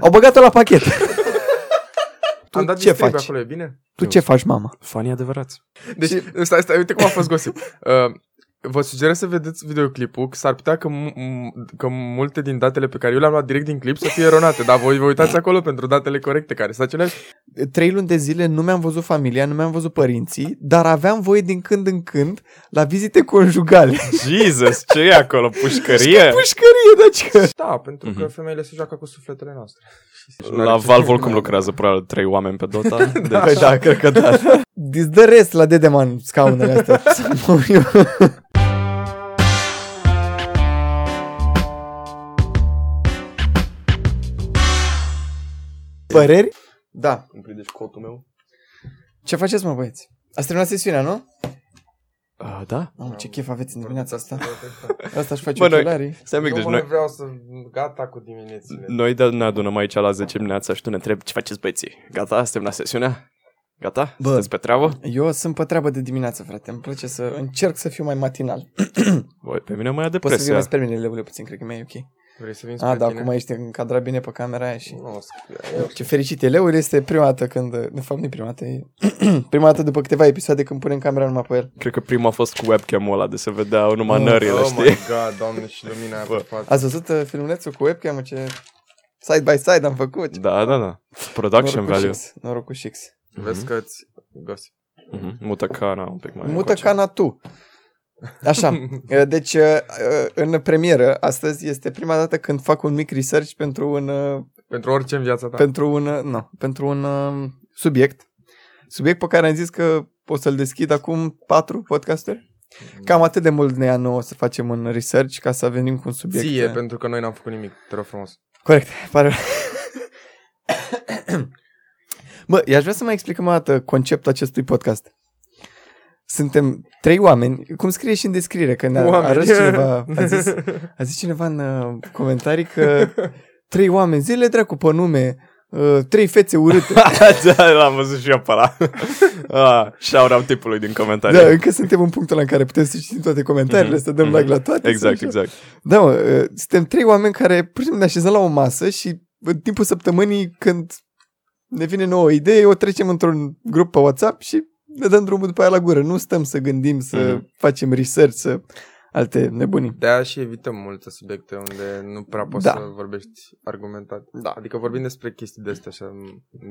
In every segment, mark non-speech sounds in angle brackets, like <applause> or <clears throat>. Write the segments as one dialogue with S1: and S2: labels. S1: Au băgat-o la <laughs> pachet.
S2: Am
S1: tu
S2: dat
S1: ce
S2: distrib
S1: faci?
S2: acolo, e bine?
S1: Tu ce faci, mama?
S3: Fanii adevărați.
S2: Deci, stai, stai, uite cum a fost
S1: <laughs>
S2: gosip. Uh, vă sugerez să vedeți videoclipul, că s-ar putea că, mu- m- că multe din datele pe care eu le-am luat direct din clip să fie eronate, dar voi vă
S1: Da.
S2: uitați acolo pentru datele corecte care sunt aceleași.
S1: Trei luni de zile nu mi-am văzut familia, nu mi-am văzut părinții, dar aveam voie din când în când la vizite conjugale.
S3: Jesus, ce e acolo? Pușcărie?
S1: Pușcărie, deci că...
S2: Da, pentru că
S3: Mhm.
S2: femeile se joacă cu sufletele noastre.
S1: Deci
S3: La Valve oricum lucrează probabil trei oameni pe
S1: <laughs>
S3: Dota. Deci,
S1: Păi da, cred că
S3: <laughs>
S1: da. Dis the rest la Dedeman scaunele <laughs> astea. Să mă uit eu. Păreri? Da.
S2: Îmi prindești cotul meu?
S1: Ce faceți, mă, băieți? Ați terminat sesiunea, nu?
S3: A, da?
S1: Mamă, ce chef aveți în dimineața asta.
S2: Asta
S1: Asta își face
S3: Bă, noi-
S1: ochelarii.
S3: Stai un
S2: mic,
S3: pic, deci noi,
S2: vreau să... Gata cu diminețile.
S3: noi de- ne adunăm aici la 10 dimineața și tu ne întrebi ce faceți băieții. Gata? Suntem la sesiunea? Gata?
S1: Bă.
S3: Sunteți pe treabă?
S1: Eu sunt pe treabă de dimineață, frate. Îmi place să încerc să fiu mai matinal.
S3: Bă, pe mine mă ia
S1: Poți să vii
S3: depresia.
S1: mai spre mine, leule, puțin, cred că mi-e ok.
S2: Vrei să vin spre
S1: A, da,
S2: tine?
S1: acum ești încadrat bine pe camera aia și...
S2: Nu, să-
S1: Ce fericit e, Leul este prima dată când, de fapt nu prima dată, e <clears throat> prima dată după câteva episoade când punem camera numai pe el.
S3: Cred că prima a fost cu webcam-ul ăla de se vedeau numai
S1: Oh.
S3: nările,
S2: Oh
S3: știi?
S2: my god, doamne, și lumina aia
S3: Bă.
S2: pe față.
S1: Ați văzut uh, filmulețul cu webcam ce side by side am făcut?
S3: Da, da, da. Production
S1: Norocul
S3: value.
S1: Șix, norocul Șix.
S2: Vezi că îți... Gosip.
S3: Mhm. Mută cana un pic mai
S1: Mută
S3: încoace.
S1: cana tu. Așa, uh, deci uh, uh, în premieră astăzi este prima dată când fac un mic research pentru un, uh,
S2: Pentru orice în viața ta.
S1: pentru un, uh, nu, pentru un uh, subiect. Subiect pe care am zis că o să-l deschid acum patru podcasturi.
S2: Mm.
S1: Cam atât de mult ne ia nouă să facem un research ca să venim cu un subiect.
S2: Ție, pentru că noi n-am făcut nimic, te rog frumos.
S1: Corect, <laughs> pare. Bă, i-aș vrea să mai explicăm o dată conceptul acestui podcast. Suntem trei oameni, cum scrie și în descriere, că ne-a
S2: Oameni.
S1: arăs Da, cineva, a zis, a zis cineva în uh, comentarii că trei oameni, zile dracu pe nume, uh, trei fețe urâte.
S3: <laughs> da, l-am văzut și eu
S1: <laughs>
S3: pe ăla. ah, shout-out tipului din comentarii.
S1: da, încă suntem în punctul ăla în care putem să citim toate comentariile,
S3: Mhm,
S1: să dăm
S3: mhm.
S1: like la toate. să
S3: exact,
S1: așa.
S3: exact.
S1: Da, mă, uh, suntem trei oameni care pur și simplu ne așezăm la o masă și în timpul săptămânii când ne vine nouă o idee, o trecem într-un grup pe WhatsApp și ne dăm drumul după aia la gură. Nu stăm să gândim, să
S3: Mhm.
S1: facem research, să alte nebunii.
S2: <laughs> de și evităm multe subiecte unde nu prea poți
S1: Da.
S2: să vorbești argumentat.
S1: Da.
S2: Adică vorbim despre chestii de astea așa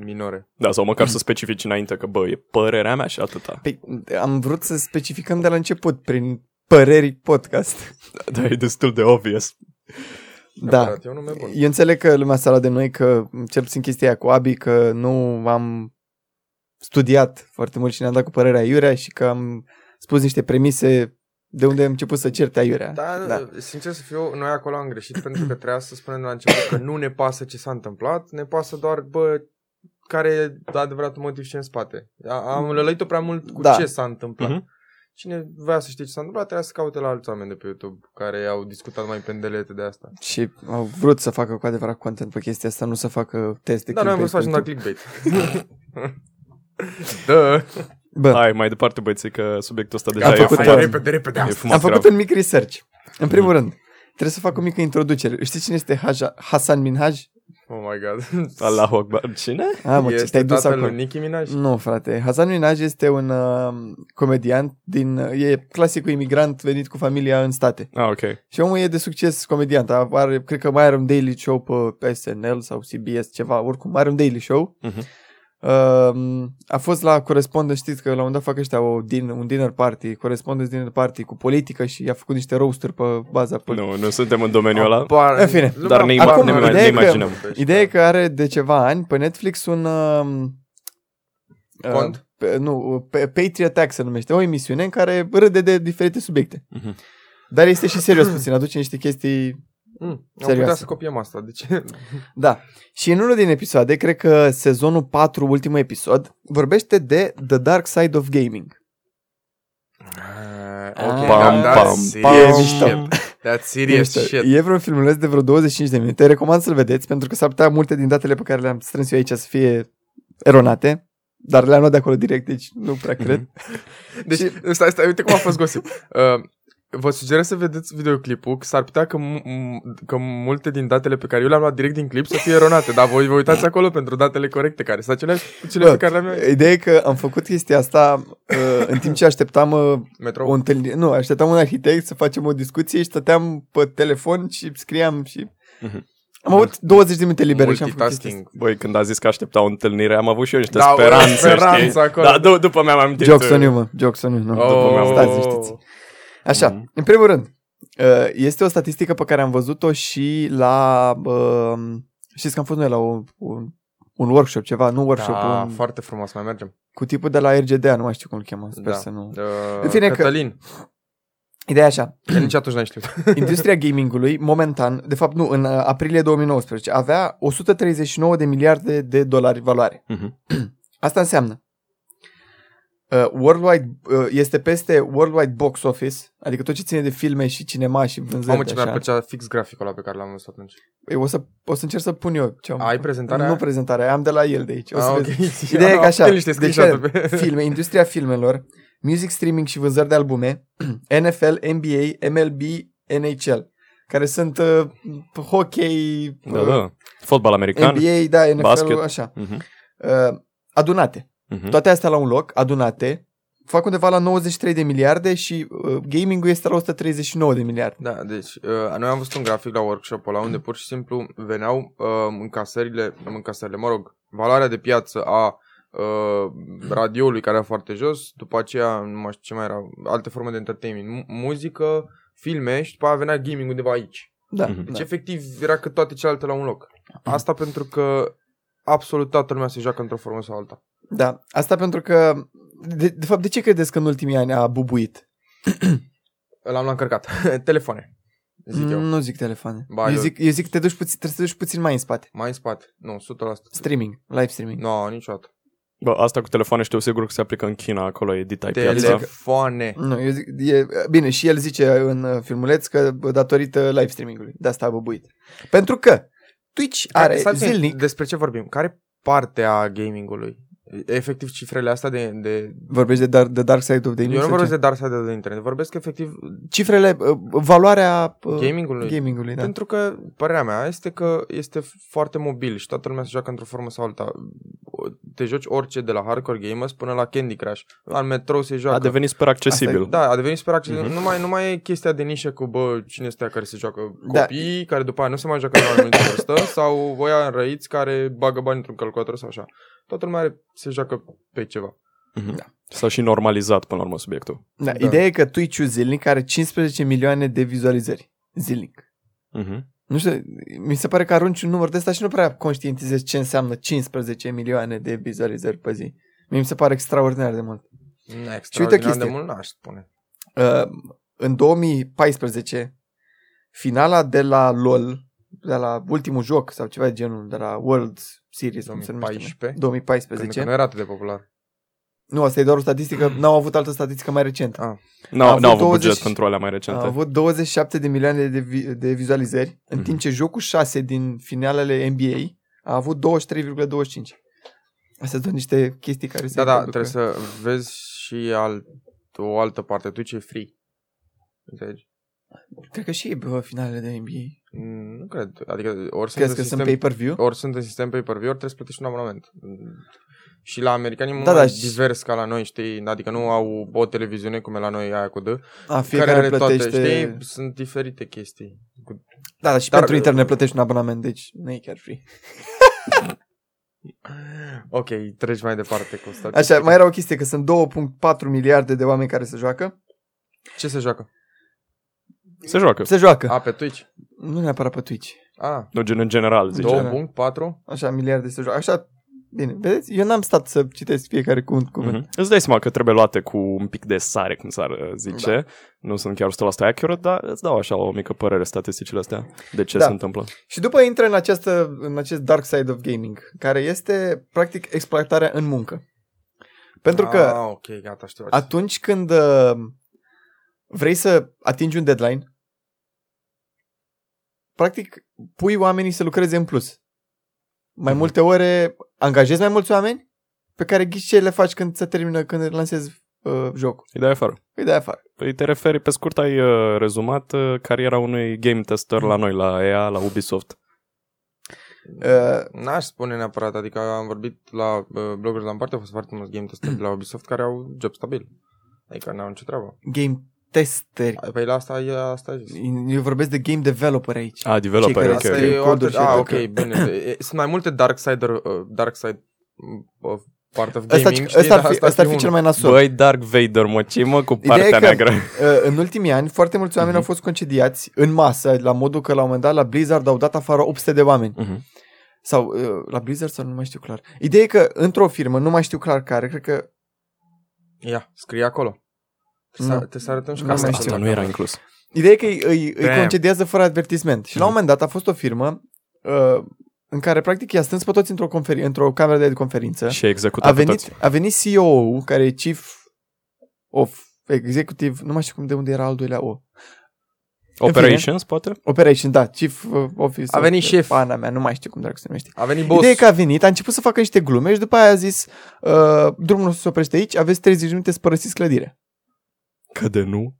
S2: minore.
S3: Da, sau măcar să specifici înainte că, bă, e părerea mea și atâta.
S1: Păi, am vrut să specificăm de la început prin păreri podcast.
S3: Da, e destul de obvious.
S1: Da.
S2: Neapărat, E un nume bun.
S1: Eu înțeleg că lumea s-a luat de noi că, cel puțin chestia aia cu Abi, că nu am studiat foarte mult și ne-am dat cu părerea Iurea și că am spus niște premise de unde am început să certe Iurea.
S2: Da,
S1: da.
S2: da, sincer să fiu, noi acolo am
S1: <clears throat>
S2: greșit pentru că trebuia să spunem de la început că nu ne pasă ce s-a întâmplat, ne pasă doar, bă, care e adevăratul motiv și în spate. A- Am lălăit-o prea mult cu
S1: Mm. Da.
S2: ce s-a întâmplat.
S3: Mhm.
S2: Cine vrea să știe ce s-a întâmplat, trebuie să caute la alți oameni de pe YouTube care au discutat mai pendelete de asta.
S1: Și au vrut să facă cu adevărat content pe chestia asta, nu să facă teste.
S2: Da, noi am vrut să facem doar
S1: clickbait.
S2: clickbait.
S1: <laughs>
S2: da.
S1: Bă,
S3: Hai, mai departe, băieții, că subiectul ăsta deja
S1: Am
S3: e
S1: făcut
S3: fumat.
S1: doar-
S2: repede, repede.
S3: E
S2: asta.
S3: fumat
S1: am făcut
S3: grav.
S1: un mic research. În primul rând, trebuie să fac o mică introducere. Știi cine este Haja, Hasan Minhaj?
S2: Oh my god.
S3: Allahu Akbar. Cine?
S1: Ah, mă, ce
S2: Este
S1: te-ai dus
S2: tatăl
S1: acolo.
S2: lui Nicki Minaj?
S1: Nu, frate. Hasan Minaj este un uh, comedian din... E clasicul imigrant venit cu familia în state.
S3: Ah, ok.
S1: Și omul e de succes comedian. a- Are, cred că mai are un daily show pe SNL sau CBS, ceva. Oricum, are un daily show.
S3: Mhm.
S1: Uh, a fost la corespondent, știți că la un moment dat fac ăștia o din, un dinner party, corespondent dinner party cu politică și a făcut niște roasturi pe baza pe
S3: Nu, nu suntem în domeniul ăla.
S2: Apar-
S1: În fine.
S2: Lumea
S3: Dar ne
S2: apar-
S1: imag- ne- Acum, ne ideea e că- imaginăm. Ideea e
S2: Da.
S1: că are de ceva ani pe Netflix un... Uh,
S2: Cont?
S1: Uh, pe, nu, pe, Patriot Act se numește, o emisiune în care râde de diferite subiecte.
S3: Mhm.
S1: Dar este și serios puțin, aduce niște chestii...
S2: Mm, am
S1: serioasă.
S2: putea să copiem asta, de ce?
S1: <laughs> Da. Și în unul din episoade, cred că sezonul 4, ultimul episod, vorbește de The Dark Side of Gaming.
S2: Ok,
S1: Pam,
S2: da,
S3: pam,
S2: that's
S3: pam.
S2: serious
S1: E mișto.
S2: shit. That's serious
S1: Este-
S2: shit.
S1: E vreun filmuleț de vreo 25 de minute, recomand să-l vedeți, pentru că s-ar putea multe din datele pe care le-am strâns eu aici să fie eronate, dar
S2: Mhm.
S1: le-am luat de acolo direct, deci nu prea cred.
S2: Deci, stai, stai, uite cum a fost gosip. Uh, Vă sugerez să vedeți videoclipul, că s-ar putea că, mu- m- că multe din datele pe care eu le-am luat direct din clip să fie eronate, dar voi vă uitați acolo pentru datele corecte, care sunt aceleași cu cele
S1: Bă,
S2: pe care le-am eu.
S1: Ideea e că am făcut chestia asta uh, în timp ce așteptam uh, o
S2: Metrou.
S1: întâlnire. Nu, așteptam un arhitect să facem o discuție și stăteam pe telefon și scriam și...
S3: Mhm.
S1: Am avut 20 de minute libere și am făcut chestia asta.
S2: Multitasking.
S3: Băi, când a zis că aștepta o întâlnire, am avut și eu niște
S2: Da, o
S3: speranțe,
S2: speranță
S3: știi?
S2: acolo.
S3: Da, du- după mi-am amintit.
S1: Jokes on you, mă. Jokes on you. Nu,
S3: după
S2: Oh.
S3: mi-am-
S1: stați liniștiți. Așa,
S3: Mhm.
S1: în primul rând, uh, este o statistică pe care am văzut-o și la... uh, Știți că am fost noi la o, un, un workshop, ceva, nu workshop,
S2: Da,
S1: un,
S2: foarte frumos, mai mergem.
S1: cu tipul de la RGDA, nu mai știu cum îl cheamă, sper
S2: Da.
S1: să nu...
S2: Uh,
S1: În fine că-
S2: Cătălin,
S1: Ideea e așa,
S2: că... nici atunci n-ai știut.
S1: Industria gamingului, momentan, de fapt nu, în uh, aprilie 2019, avea 139 de miliarde de dolari valoare.
S3: Mhm.
S1: <clears throat> Asta înseamnă. Uh, worldwide, uh, este peste Worldwide Box Office, adică tot ce ține de filme și cinema și vânzări.
S2: Mamă, ce
S1: de așa.
S2: mi-a plăcea fix graficul ăla pe care l-am văzut atunci.
S1: Ei, o, să, o să încerc să pun eu ce am.
S2: Ai prezentarea?
S1: Nu prezentarea, am de la el de aici. O să
S2: Ah,
S1: vezi.
S2: <laughs> ok.
S1: Ideea e că așa,
S2: Am niște
S1: deci
S2: screenshot-uri pe- <laughs>
S1: filme, industria filmelor, music streaming și vânzări de albume, <clears throat> NFL, NBA, MLB, NHL, care sunt uh, hockey,
S3: Da,
S1: uh,
S3: da. Fotbal american.
S1: NBA, da, NFL,
S3: basket.
S1: așa.
S3: Mhm,
S1: Uh, adunate.
S3: mhm.
S1: Toate astea la un loc, adunate, fac undeva la 93 de miliarde și uh, gaming-ul este la 139 de miliarde.
S2: Da, deci uh, noi am văzut un grafic la workshop-ul ăla unde pur și simplu veneau uh, încasările, încasările, mă rog, valoarea de piață a uh, radioului care era foarte jos, după aceea nu mai știu ce mai era, alte forme de entertainment, mu- muzică, filme și după aia venea gaming undeva aici.
S1: Da.
S3: Mhm.
S2: Deci
S1: da.
S2: efectiv era că toate celelalte la un loc. Asta pentru că absolut toată lumea se joacă într-o formă sau alta.
S1: Da, asta pentru că, de, de fapt, de ce credeți că în ultimii ani a bubuit?
S2: L-am încărcat. <laughs> Telefoane, zic eu.
S1: Nu zic telefoane.
S2: Ba,
S1: eu,
S2: eu-
S1: zic, eu zic că te duci puțin, trebuie să te duci puțin mai în spate.
S2: Mai în spate. Nu, 100%.
S1: Streaming, live streaming.
S2: Nu, no, niciodată.
S3: Bă, asta cu telefoane știu sigur că se aplică în China, acolo e ditai piața.
S2: Telefoane.
S1: Nu, eu zic, e, bine, și el zice în uh, filmuleț că bă, datorită live streamingului, de asta a bubuit. Pentru că Twitch are
S2: Stai puțin,
S1: zilnic,
S2: Despre ce vorbim? Care parte a gamingului? Efectiv cifrele astea de... de...
S1: vorbești de, dar, de Dark Side of the
S2: Eu
S1: Internet,
S2: nu
S1: sau
S2: vorbesc
S1: ce?
S2: de dar side de internet, vorbesc efectiv
S1: cifrele, uh, valoarea uh,
S2: gamingului.
S1: gamingului, da.
S2: Pentru că, părerea mea, este că este foarte mobil și toată lumea se joacă într-o formă sau alta. O- Te joci orice, de la hardcore gamers până la Candy Crush. La metrou se joacă.
S3: A devenit super accesibil.
S2: Da, a devenit super accesibil.
S3: Mhm.
S2: Nu, mai, nu mai e chestia de nișă cu, bă, cine este care se joacă
S1: Da.
S2: copii, care după aia nu se mai joacă la o anumită vârstă, sau voia înrăiți care bagă bani într-un calculator sau așa. Toată lumea are, se joacă pe ceva.
S3: Mhm. S-a și normalizat până la urmă subiectul.
S1: Da,
S2: Da.
S1: Ideea e că Twitch-ul zilnic are 15 milioane de vizualizări zilnic.
S3: Mhm.
S1: Nu știu, mi se pare că arunci un număr de ăsta și nu prea conștientizezi ce înseamnă 15 milioane de vizualizări pe zi. Mie mi se pare extraordinar de mult.
S2: Extraordinar de
S1: chestie.
S2: mult n-aș spune.
S1: Uh, în 2014, finala de la LOL, de la ultimul joc sau ceva de genul, de la World Series, cum se numește,
S2: 2014? Pentru că
S1: 2014.
S2: nu era atât de popular.
S1: Nu, asta e doar o statistică, n-au avut altă statistică mai recentă.
S3: N-au
S1: A avut
S3: avut, n-au avut
S1: 20
S3: buget pentru alea mai
S1: A
S2: da.
S3: recente.
S1: avut 27 de milioane de, vi- de vizualizări, în
S3: Mhm.
S1: timp ce jocul 6 din finalele NBA a avut 23,25. Astea sunt niște chestii care se
S2: Da, da,
S1: produc.
S2: trebuie să vezi și alt, o altă parte. Tu ce e free. Înțelegi?
S1: Cred că și bă, finalele de NBA.
S2: Mm, Nu cred. Adică ori sunt,
S1: Crezi
S2: în
S1: că
S2: sistem,
S1: sunt pay-per-view?
S2: ori sunt în sistem pay-per-view, ori trebuie să plătești un abonament. Mm. Și la americani e mult
S1: Da,
S2: da, mai
S1: da,
S2: da,
S1: și-
S2: divers ca la noi, știi? Adică nu au o televiziune cum e la noi aia cu D.
S1: A,
S2: Care
S1: fiecare
S2: are
S1: plătește...
S2: toate, știi? Sunt diferite chestii. Cu-
S1: Da, dar și
S2: Dar-
S1: pentru internet plătești un abonament, deci nu e chiar free.
S2: Ok, treci mai departe Deci, cu statistica.
S1: Așa, mai era o chestie, că sunt 2.4 miliarde de oameni care se joacă.
S2: Ce se joacă?
S3: Se joacă.
S1: Se joacă.
S2: A, pe Twitch?
S1: Nu neapărat pe Twitch.
S2: A,
S3: Nu, gen în general, zice.
S1: Două.
S2: 2.4?
S1: Așa, miliarde se joacă. Așa, bine. Vedeți? Eu n-am stat să citesc fiecare cuvânt. cuvânt.
S3: Mhm. Îți dai seama că trebuie luate cu un pic de sare, cum s-ar uh, zice.
S1: Da.
S3: Nu sunt chiar 100% accurate, dar îți dau așa o mică părere statisticile astea. De ce
S1: Da.
S3: se întâmplă?
S1: Și după intră în, această, în acest dark side of gaming, care este, practic, exploatarea în muncă. Pentru că
S2: A, ok, gata, știu. At-
S1: atunci când uh, vrei să atingi un deadline, practic pui oamenii să lucreze în plus. Mai
S3: Mhm.
S1: multe ore angajezi mai mulți oameni pe care ghici ce le faci când se termină, când lansezi uh, jocul.
S3: Îi dai afară.
S1: Îi dai afară.
S3: Păi te referi, pe scurt ai uh, rezumat uh, cariera unui game tester la noi, la EA, la Ubisoft. Mhm.
S1: Uh,
S2: N-aș spune neapărat, adică am vorbit la uh, bloggeri de la în parte, au fost foarte mulți game testeri de la Ubisoft care au job stabil. Adică n-au nicio treabă.
S1: game testeri.
S2: Păi la asta e asta e zis.
S1: Eu vorbesc de game developer aici.
S3: A, developer,
S1: care
S3: ok.
S1: să-
S2: Asta
S3: ok.
S2: e o altă...
S1: coduri și
S2: Ah, ok,
S1: dacă-
S2: bine. E- Sunt mai multe dark side, uh, dark side uh, of part of
S1: Asta,
S2: gaming, știi?
S1: asta, ar
S2: Dar
S1: fi, asta ar fi
S2: unul.
S1: cel mai nasol.
S3: Băi, Dark Vader, mă, ce mă cu
S1: Ideea e
S3: partea
S1: că-
S3: neagră?
S1: Uh, în ultimii ani, foarte mulți oameni
S3: Mhm.
S1: au fost concediați în masă, la modul că la un moment dat la Blizzard au dat afară 800 de oameni.
S3: Mhm.
S1: Sau uh, la Blizzard sau nu mai știu clar. Ideea e că într-o firmă, nu mai știu clar care, cred că
S2: Ia, scrie acolo. Te
S1: Nu.
S2: sa- Te să arătăm și
S1: Nu
S2: ca
S1: mai
S2: asta.
S1: știu.
S3: Asta nu era inclus.
S1: Ideea e că îi, îi, îi
S2: Damn.
S1: concediază fără advertisment. Și la un moment dat a fost o firmă uh, în care practic i-a strâns pe toți într-o, conferi- într-o cameră de conferință.
S3: Și a executat
S1: A
S3: pe toți.
S1: venit, a venit CEO-ul, care e chief of executive, nu mai știu cum de unde era al doilea O. fine.
S3: Operations, poate?
S1: Operation, da, chief uh, office.
S2: A venit
S1: of-
S2: șef.
S1: Pana mea, nu mai știu cum dracu se numește.
S2: A venit
S1: Boss.
S2: boss.
S1: Ideea e că a venit, a început să facă niște glume și după aia a zis uh, drumul nostru se oprește aici, aveți 30 minute să părăsiți clădirea.
S3: Că de nu.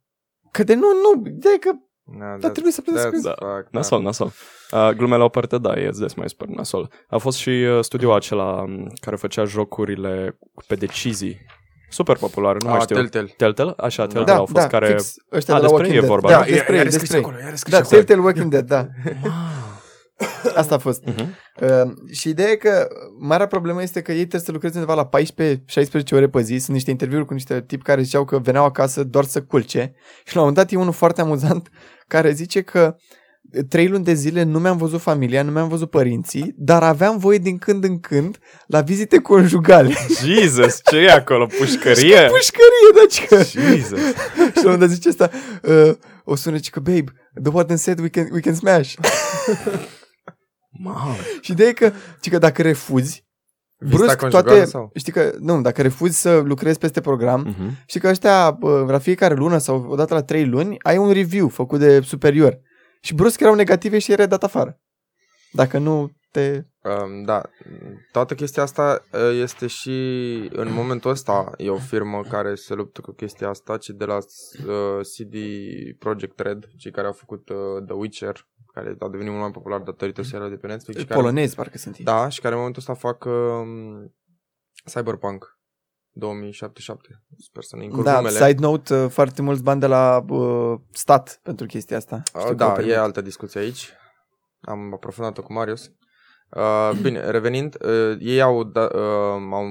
S1: Că de nu, nu, ideea e că
S2: Na,
S1: da,
S2: da,
S1: trebuie să plătesc.
S3: da.
S2: da, fac, da.
S3: Nasol, nasol. Uh, glume la o parte, da, e des mai super nasol. A fost și uh, studioul acela um, care făcea jocurile pe decizii. Super popular, nu
S2: Ah,
S3: mai știu.
S2: Telltale.
S3: Telltale? Așa, Telltale
S1: Da,
S3: au fost
S1: da,
S3: care...
S1: fix ăștia
S3: A,
S1: de la
S3: despre
S1: Walking
S3: ei e
S1: Dead.
S3: vorba,
S1: da,
S3: nu?
S1: despre
S2: era
S1: ei,
S2: scris
S1: despre ei.
S2: acolo, era scris
S1: Da,
S2: acolo.
S1: Telltale Walking Dead, da. Asta a fost.
S3: Mhm.
S1: Uh, și ideea e că marea problemă este că ei trebuie să lucreze undeva la 14-16 ore pe zi. Sunt niște interviuri cu niște tipi care ziceau că veneau acasă doar să culce. Și la un moment dat e unul foarte amuzant care zice că uh, trei luni de zile nu mi-am văzut familia, nu mi-am văzut părinții, dar aveam voie din când în când la vizite conjugale.
S3: Jesus, ce e acolo? Pușcărie?
S1: Pușcărie, deci
S3: <laughs>
S1: că...
S3: Jesus.
S1: Și la un moment dat zice asta, uh, o sună și că, babe, the warden said we can, we can smash.
S3: Mamă.
S1: Și ideea e că, ci că dacă refuzi,
S2: Vizita
S1: brusc
S2: conjugală
S1: toate,
S2: sau? Mm.
S1: știi că, nu, dacă refuzi să lucrezi peste program,
S3: Mhm.
S1: știi că ăștia, bă, la fiecare lună sau odată la trei luni, ai un review făcut de superior. Și brusc erau negative și erai dat afară. Dacă nu te...
S2: Um, da, toată chestia asta uh, este și în momentul ăsta e o firmă care se luptă cu chestia asta, ci de la uh, CD Project Red, cei care au făcut uh, The Witcher, care a devenit mult mai popular datorită serialului de pe Netflix. Și care,
S1: Polonezi, parcă sunt ei.
S2: da, și care în momentul ăsta fac um, Cyberpunk 2077. Sper să ne încurc
S1: Da,
S2: numele.
S1: side note, uh, foarte mulți bani de la uh, stat pentru chestia asta. Știu
S2: Uh,
S1: că au
S2: da,
S1: primit.
S2: e altă discuție aici. Am aprofundat-o cu Marius. Uh, bine, revenind, uh, ei au, da, uh, au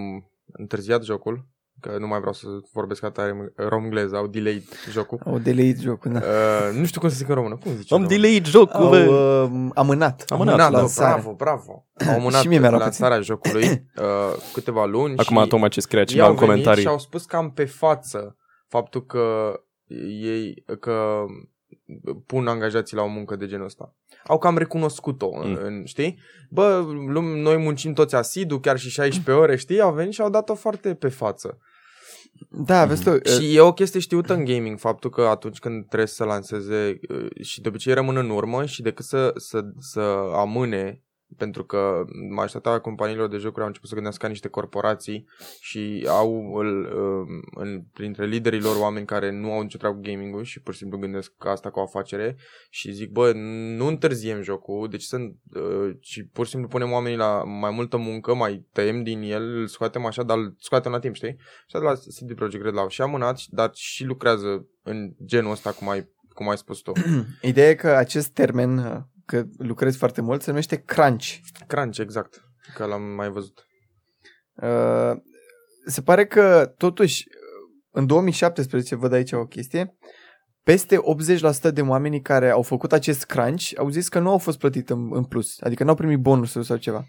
S2: întârziat jocul, că nu mai vreau să vorbesc atare romgleză, au delayed jocul.
S1: Au delayed jocul, da.
S2: Uh, nu știu cum să zic în română, cum zici în
S3: Am
S2: română?
S3: delayed jocul,
S1: Au
S3: bă.
S1: uh, amânat.
S3: Amânat,
S2: Mânat, da,
S1: lansarea.
S2: bravo,
S3: <clears throat>
S2: bravo. Au mânat
S1: Și mie mi-a luat
S2: lansarea jocului uh, câteva luni
S3: Acum
S2: și
S3: Toma ce scrie
S2: ei
S3: cineva
S2: au
S3: în
S2: venit
S3: comentarii.
S2: și au spus cam pe față faptul că ei că pun angajații la o muncă de genul ăsta. Au cam recunoscut-o,
S3: Mm.
S2: mm. în, știi? Bă, lum- noi muncim toți asidu, chiar și 16 ore, știi? Au venit și au dat-o foarte pe față.
S1: Da, vezi tu, uh,
S2: Și e o chestie știută în gaming, faptul că atunci când trebuie să lanseze uh, și de obicei rămân în urmă și decât să, să, să amâne pentru că majoritatea companiilor de jocuri au început să gândească ca niște corporații și au îl, um, în, printre liderii lor oameni care nu au nicio treabă cu gaming-ul și pur și simplu gândesc ca asta ca o afacere și zic, bă, nu întârziem jocul, deci sunt, uh, și pur și simplu punem oamenii la mai multă muncă, mai tăiem din el, îl scoatem așa, dar îl scoatem la timp, știi? Și de la CD Projekt Red l-au și amânat, dar și lucrează în genul ăsta, cum ai, cum ai spus tu.
S1: Ideea e că acest termen, uh, că lucrezi foarte mult, se numește crunch.
S2: Crunch, exact, că l-am mai văzut.
S1: Uh, Se pare că, totuși, uh, în 2017, văd aici o chestie, peste 80% de oamenii care au făcut acest crunch au zis că nu au fost plătit în, în plus, adică n-au primit bonusuri sau ceva.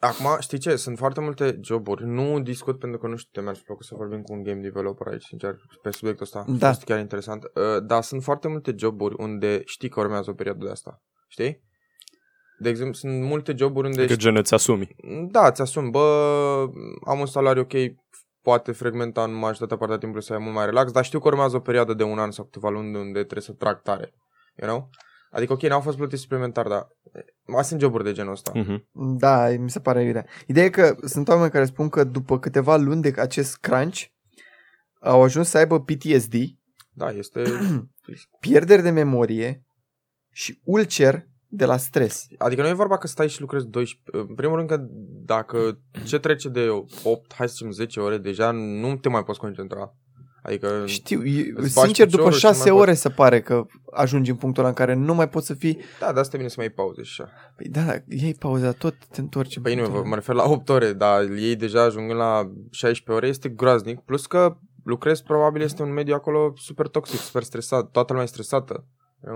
S2: Acum, știi ce? Sunt foarte multe joburi. Nu discut pentru că nu știu, mi-ar fi plăcut să vorbim cu un game developer aici, sincer, pe subiectul ăsta.
S1: Da.
S2: Este chiar interesant. Uh, dar sunt foarte multe joburi unde știi că urmează o perioadă de asta. Știi? De exemplu, sunt multe joburi unde
S3: Că gen îți asumi.
S2: Da, ți-asum, bă, am un salariu ok, poate fragmenta în majoritatea partea timpului să ai mult mai relax, dar știu că urmează o perioadă de un an sau câteva luni unde trebuie să trag tare, you know? Adică, ok, n-au fost plătiți suplimentar, dar eh, mai sunt joburi de genul ăsta.
S3: Mhm.
S1: Da, mi se pare iurea. Ideea e că sunt oameni care spun că după câteva luni de acest crunch, au ajuns să aibă PTSD,
S2: Da, este...
S1: pierderi de memorie și ulcer de la stres.
S2: Adică nu e vorba că stai și lucrezi 12... În primul rând că dacă ce trece de 8, hai să zicem 10 ore, deja nu te mai poți concentra. Adică...
S1: Știu, e-
S2: Îți faci
S1: sincer, după
S2: piciorul și nu
S1: șase
S2: mai
S1: ore se pare că ajungi în punctul ăla în care nu mai poți să fii...
S2: Da, de asta e bine să mai iei pauze și așa.
S1: Păi da, da, iei pauza, tot te întorci. în
S2: Păi nu,
S1: punctul
S2: vă-
S1: ăla.
S2: mă refer la 8 ore, dar ei deja ajungând la 16 ore este groaznic, plus că lucrezi probabil este un mediu acolo super toxic, super stresat, toată lumea e stresată.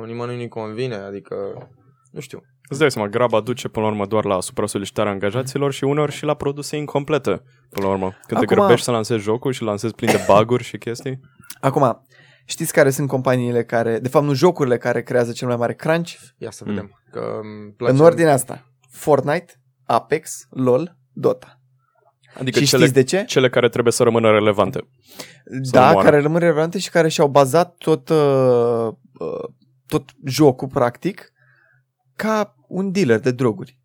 S2: Nimănui nu-i convine, adică... Nu știu.
S3: Îți dai seama, graba duce până la urmă doar la supra-solicitarea angajaților și uneori și la produse incomplete, până la urmă. Când te
S1: Acum-
S3: grăbești să lansezi jocul și lansezi plin de baguri și chestii.
S1: Acum, știți care sunt companiile care... De fapt, nu jocurile care creează cel mai mare crunch?
S2: Ia să
S3: Mm.
S2: vedem. Că îmi place
S1: În ordinea asta. Fortnite, Apex, LOL, Dota.
S3: Adică
S1: Adică și
S3: cele,
S1: știți de ce?
S3: cele care trebuie să rămână relevante.
S1: Da,
S3: moară.
S1: care rămân relevante și care și-au bazat tot, uh, uh, tot jocul, practic, ca un dealer de droguri.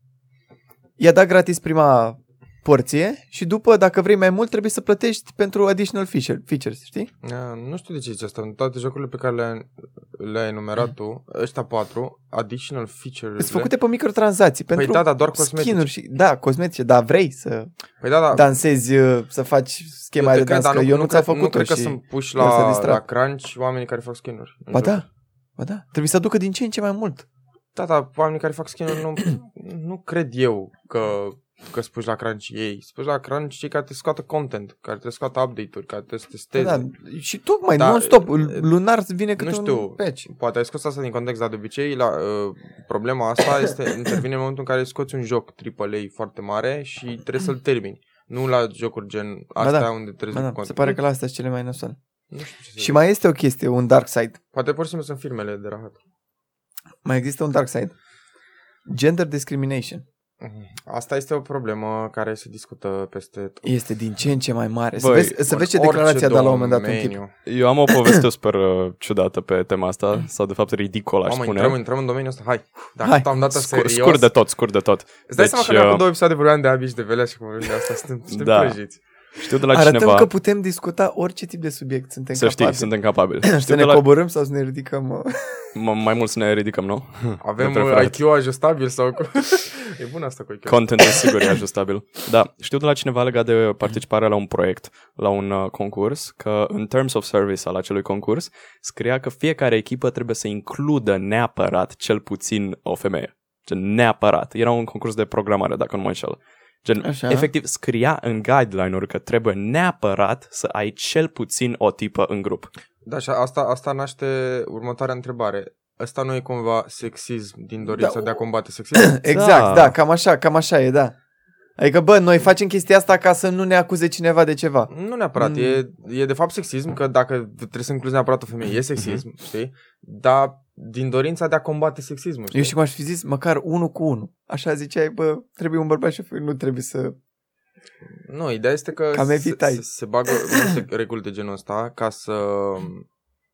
S1: I-a dat gratis prima porție și după, dacă vrei mai mult, trebuie să plătești pentru additional feature- features, știi?
S2: A, Nu știu de ce zici asta. În toate jocurile pe care le-ai, le-ai enumerat tu, ăștia patru, additional features.
S1: Sunt făcute pe microtranzacții,
S2: păi
S1: pentru
S2: da, da, doar cosmetice.
S1: skin-uri și, da, cosmetice, da, vrei să
S2: Păi da, da.
S1: dansezi, uh, să faci
S2: eu
S1: schema
S2: te
S1: de
S2: cred,
S1: dans,
S2: dar
S1: că eu nu ți-am
S2: cred- Nu
S1: făcut-o
S2: cred că
S1: și...
S2: sunt puși
S1: el s-a
S2: la,
S1: distrat.
S2: la crunch oamenii care fac skin-uri. în
S1: Ba
S2: joc.
S1: da, ba da, trebuie să aducă din ce în ce mai mult.
S2: Da, da, oamenii care fac skin-uri nu, <clears throat> nu cred eu că că spuși la crunch ei. Spuși la crunch cei care te scoată content, care te scoată update-uri, care te să testeze.
S1: Da, și tocmai,
S2: Da,
S1: da, non-stop,
S2: e-
S1: lunar vine câte
S2: nu
S1: un
S2: știu.
S1: patch.
S2: Poate ai scos asta din context, dar de obicei la, uh, problema asta este, <clears throat> intervine în momentul în care scoți un joc AAA foarte mare și trebuie să-l termini. Nu la jocuri gen astea
S1: da.
S2: unde trebuie
S1: Ba
S2: să
S1: Da, se pare că la astea sunt cele mai nasoale.
S2: Nu știu ce să
S1: Și
S2: zic.
S1: mai este o chestie, un dark side.
S2: Poate pur și simplu sunt firmele de rahat.
S1: Mai există un dark side. Gender discrimination.
S2: Asta este o problemă care se discută peste tot.
S1: Este din ce în ce mai mare. Să
S3: Băi,
S1: vezi, să
S2: În
S1: vezi ce
S2: orice
S1: declarație a dat la un moment dat un tip.
S2: domeniu.
S3: Eu am o poveste super uh, ciudată pe tema asta, sau de fapt ridicolă, aș
S2: Mamă,
S3: spune.
S2: intrăm, intrăm în domeniul ăsta, hai. Dacă
S1: Hai,
S2: am dat
S3: Scur,
S2: serios.
S3: scurt de tot, scurt de tot.
S2: Îți dai
S3: Deci,
S2: seama că noi
S3: uh,
S2: acum două episoade vorbeam de abici de velea și cum vorbim de asta,
S3: <laughs>
S2: suntem, suntem
S3: Da.
S2: prăjiți.
S3: Știu de la
S1: Arătăm
S3: cineva,
S1: că putem discuta orice tip de subiect. Suntem
S3: să știi,
S1: capabili.
S3: suntem capabili.
S1: să
S3: Știu
S1: ne
S3: de la,
S1: coborâm sau să ne ridicăm.
S2: Da.
S1: uh,
S3: m- mai mult să ne ridicăm, nu?
S2: Avem
S3: De preferat.
S2: IQ ajustabil sau cu... <laughs> e bun asta cu IQ.
S3: Contentul sigur e ajustabil. Da, știu de la cineva legat de participarea la un proiect, la un uh, concurs, că în terms of service al acelui concurs scria că fiecare echipă trebuie să includă neapărat cel puțin o femeie. Gen, neapărat. Era un concurs de programare, dacă nu mă înșel. Gen,
S1: Așa.
S3: Așa. efectiv, scria în guideline-uri că trebuie neapărat să ai cel puțin o tipă în grup.
S2: Da, și asta, asta naște următoarea întrebare. Asta nu e cumva sexism din dorința
S1: Da,
S2: de a combate sexism?
S3: <coughs>
S1: Exact, da, cam așa, cam așa e, da. Adică, bă, noi facem chestia asta ca să nu ne acuze cineva de ceva.
S2: nu neapărat,
S1: Mm.
S2: mm. e, e de fapt sexism, că dacă trebuie să incluzi neapărat o femeie,
S3: Mm-hmm.
S2: e sexism, știi? Dar din dorința de a combate sexismul, știi?
S1: Eu știu cum aș fi zis, măcar unul cu unul. Așa ziceai, bă, trebuie un bărbat și o femeie, nu trebuie să...
S2: Nu, ideea este că
S1: Cam
S2: se,
S1: evitai.
S2: se, se bagă
S1: <coughs>
S2: multe reguli de genul ăsta ca să,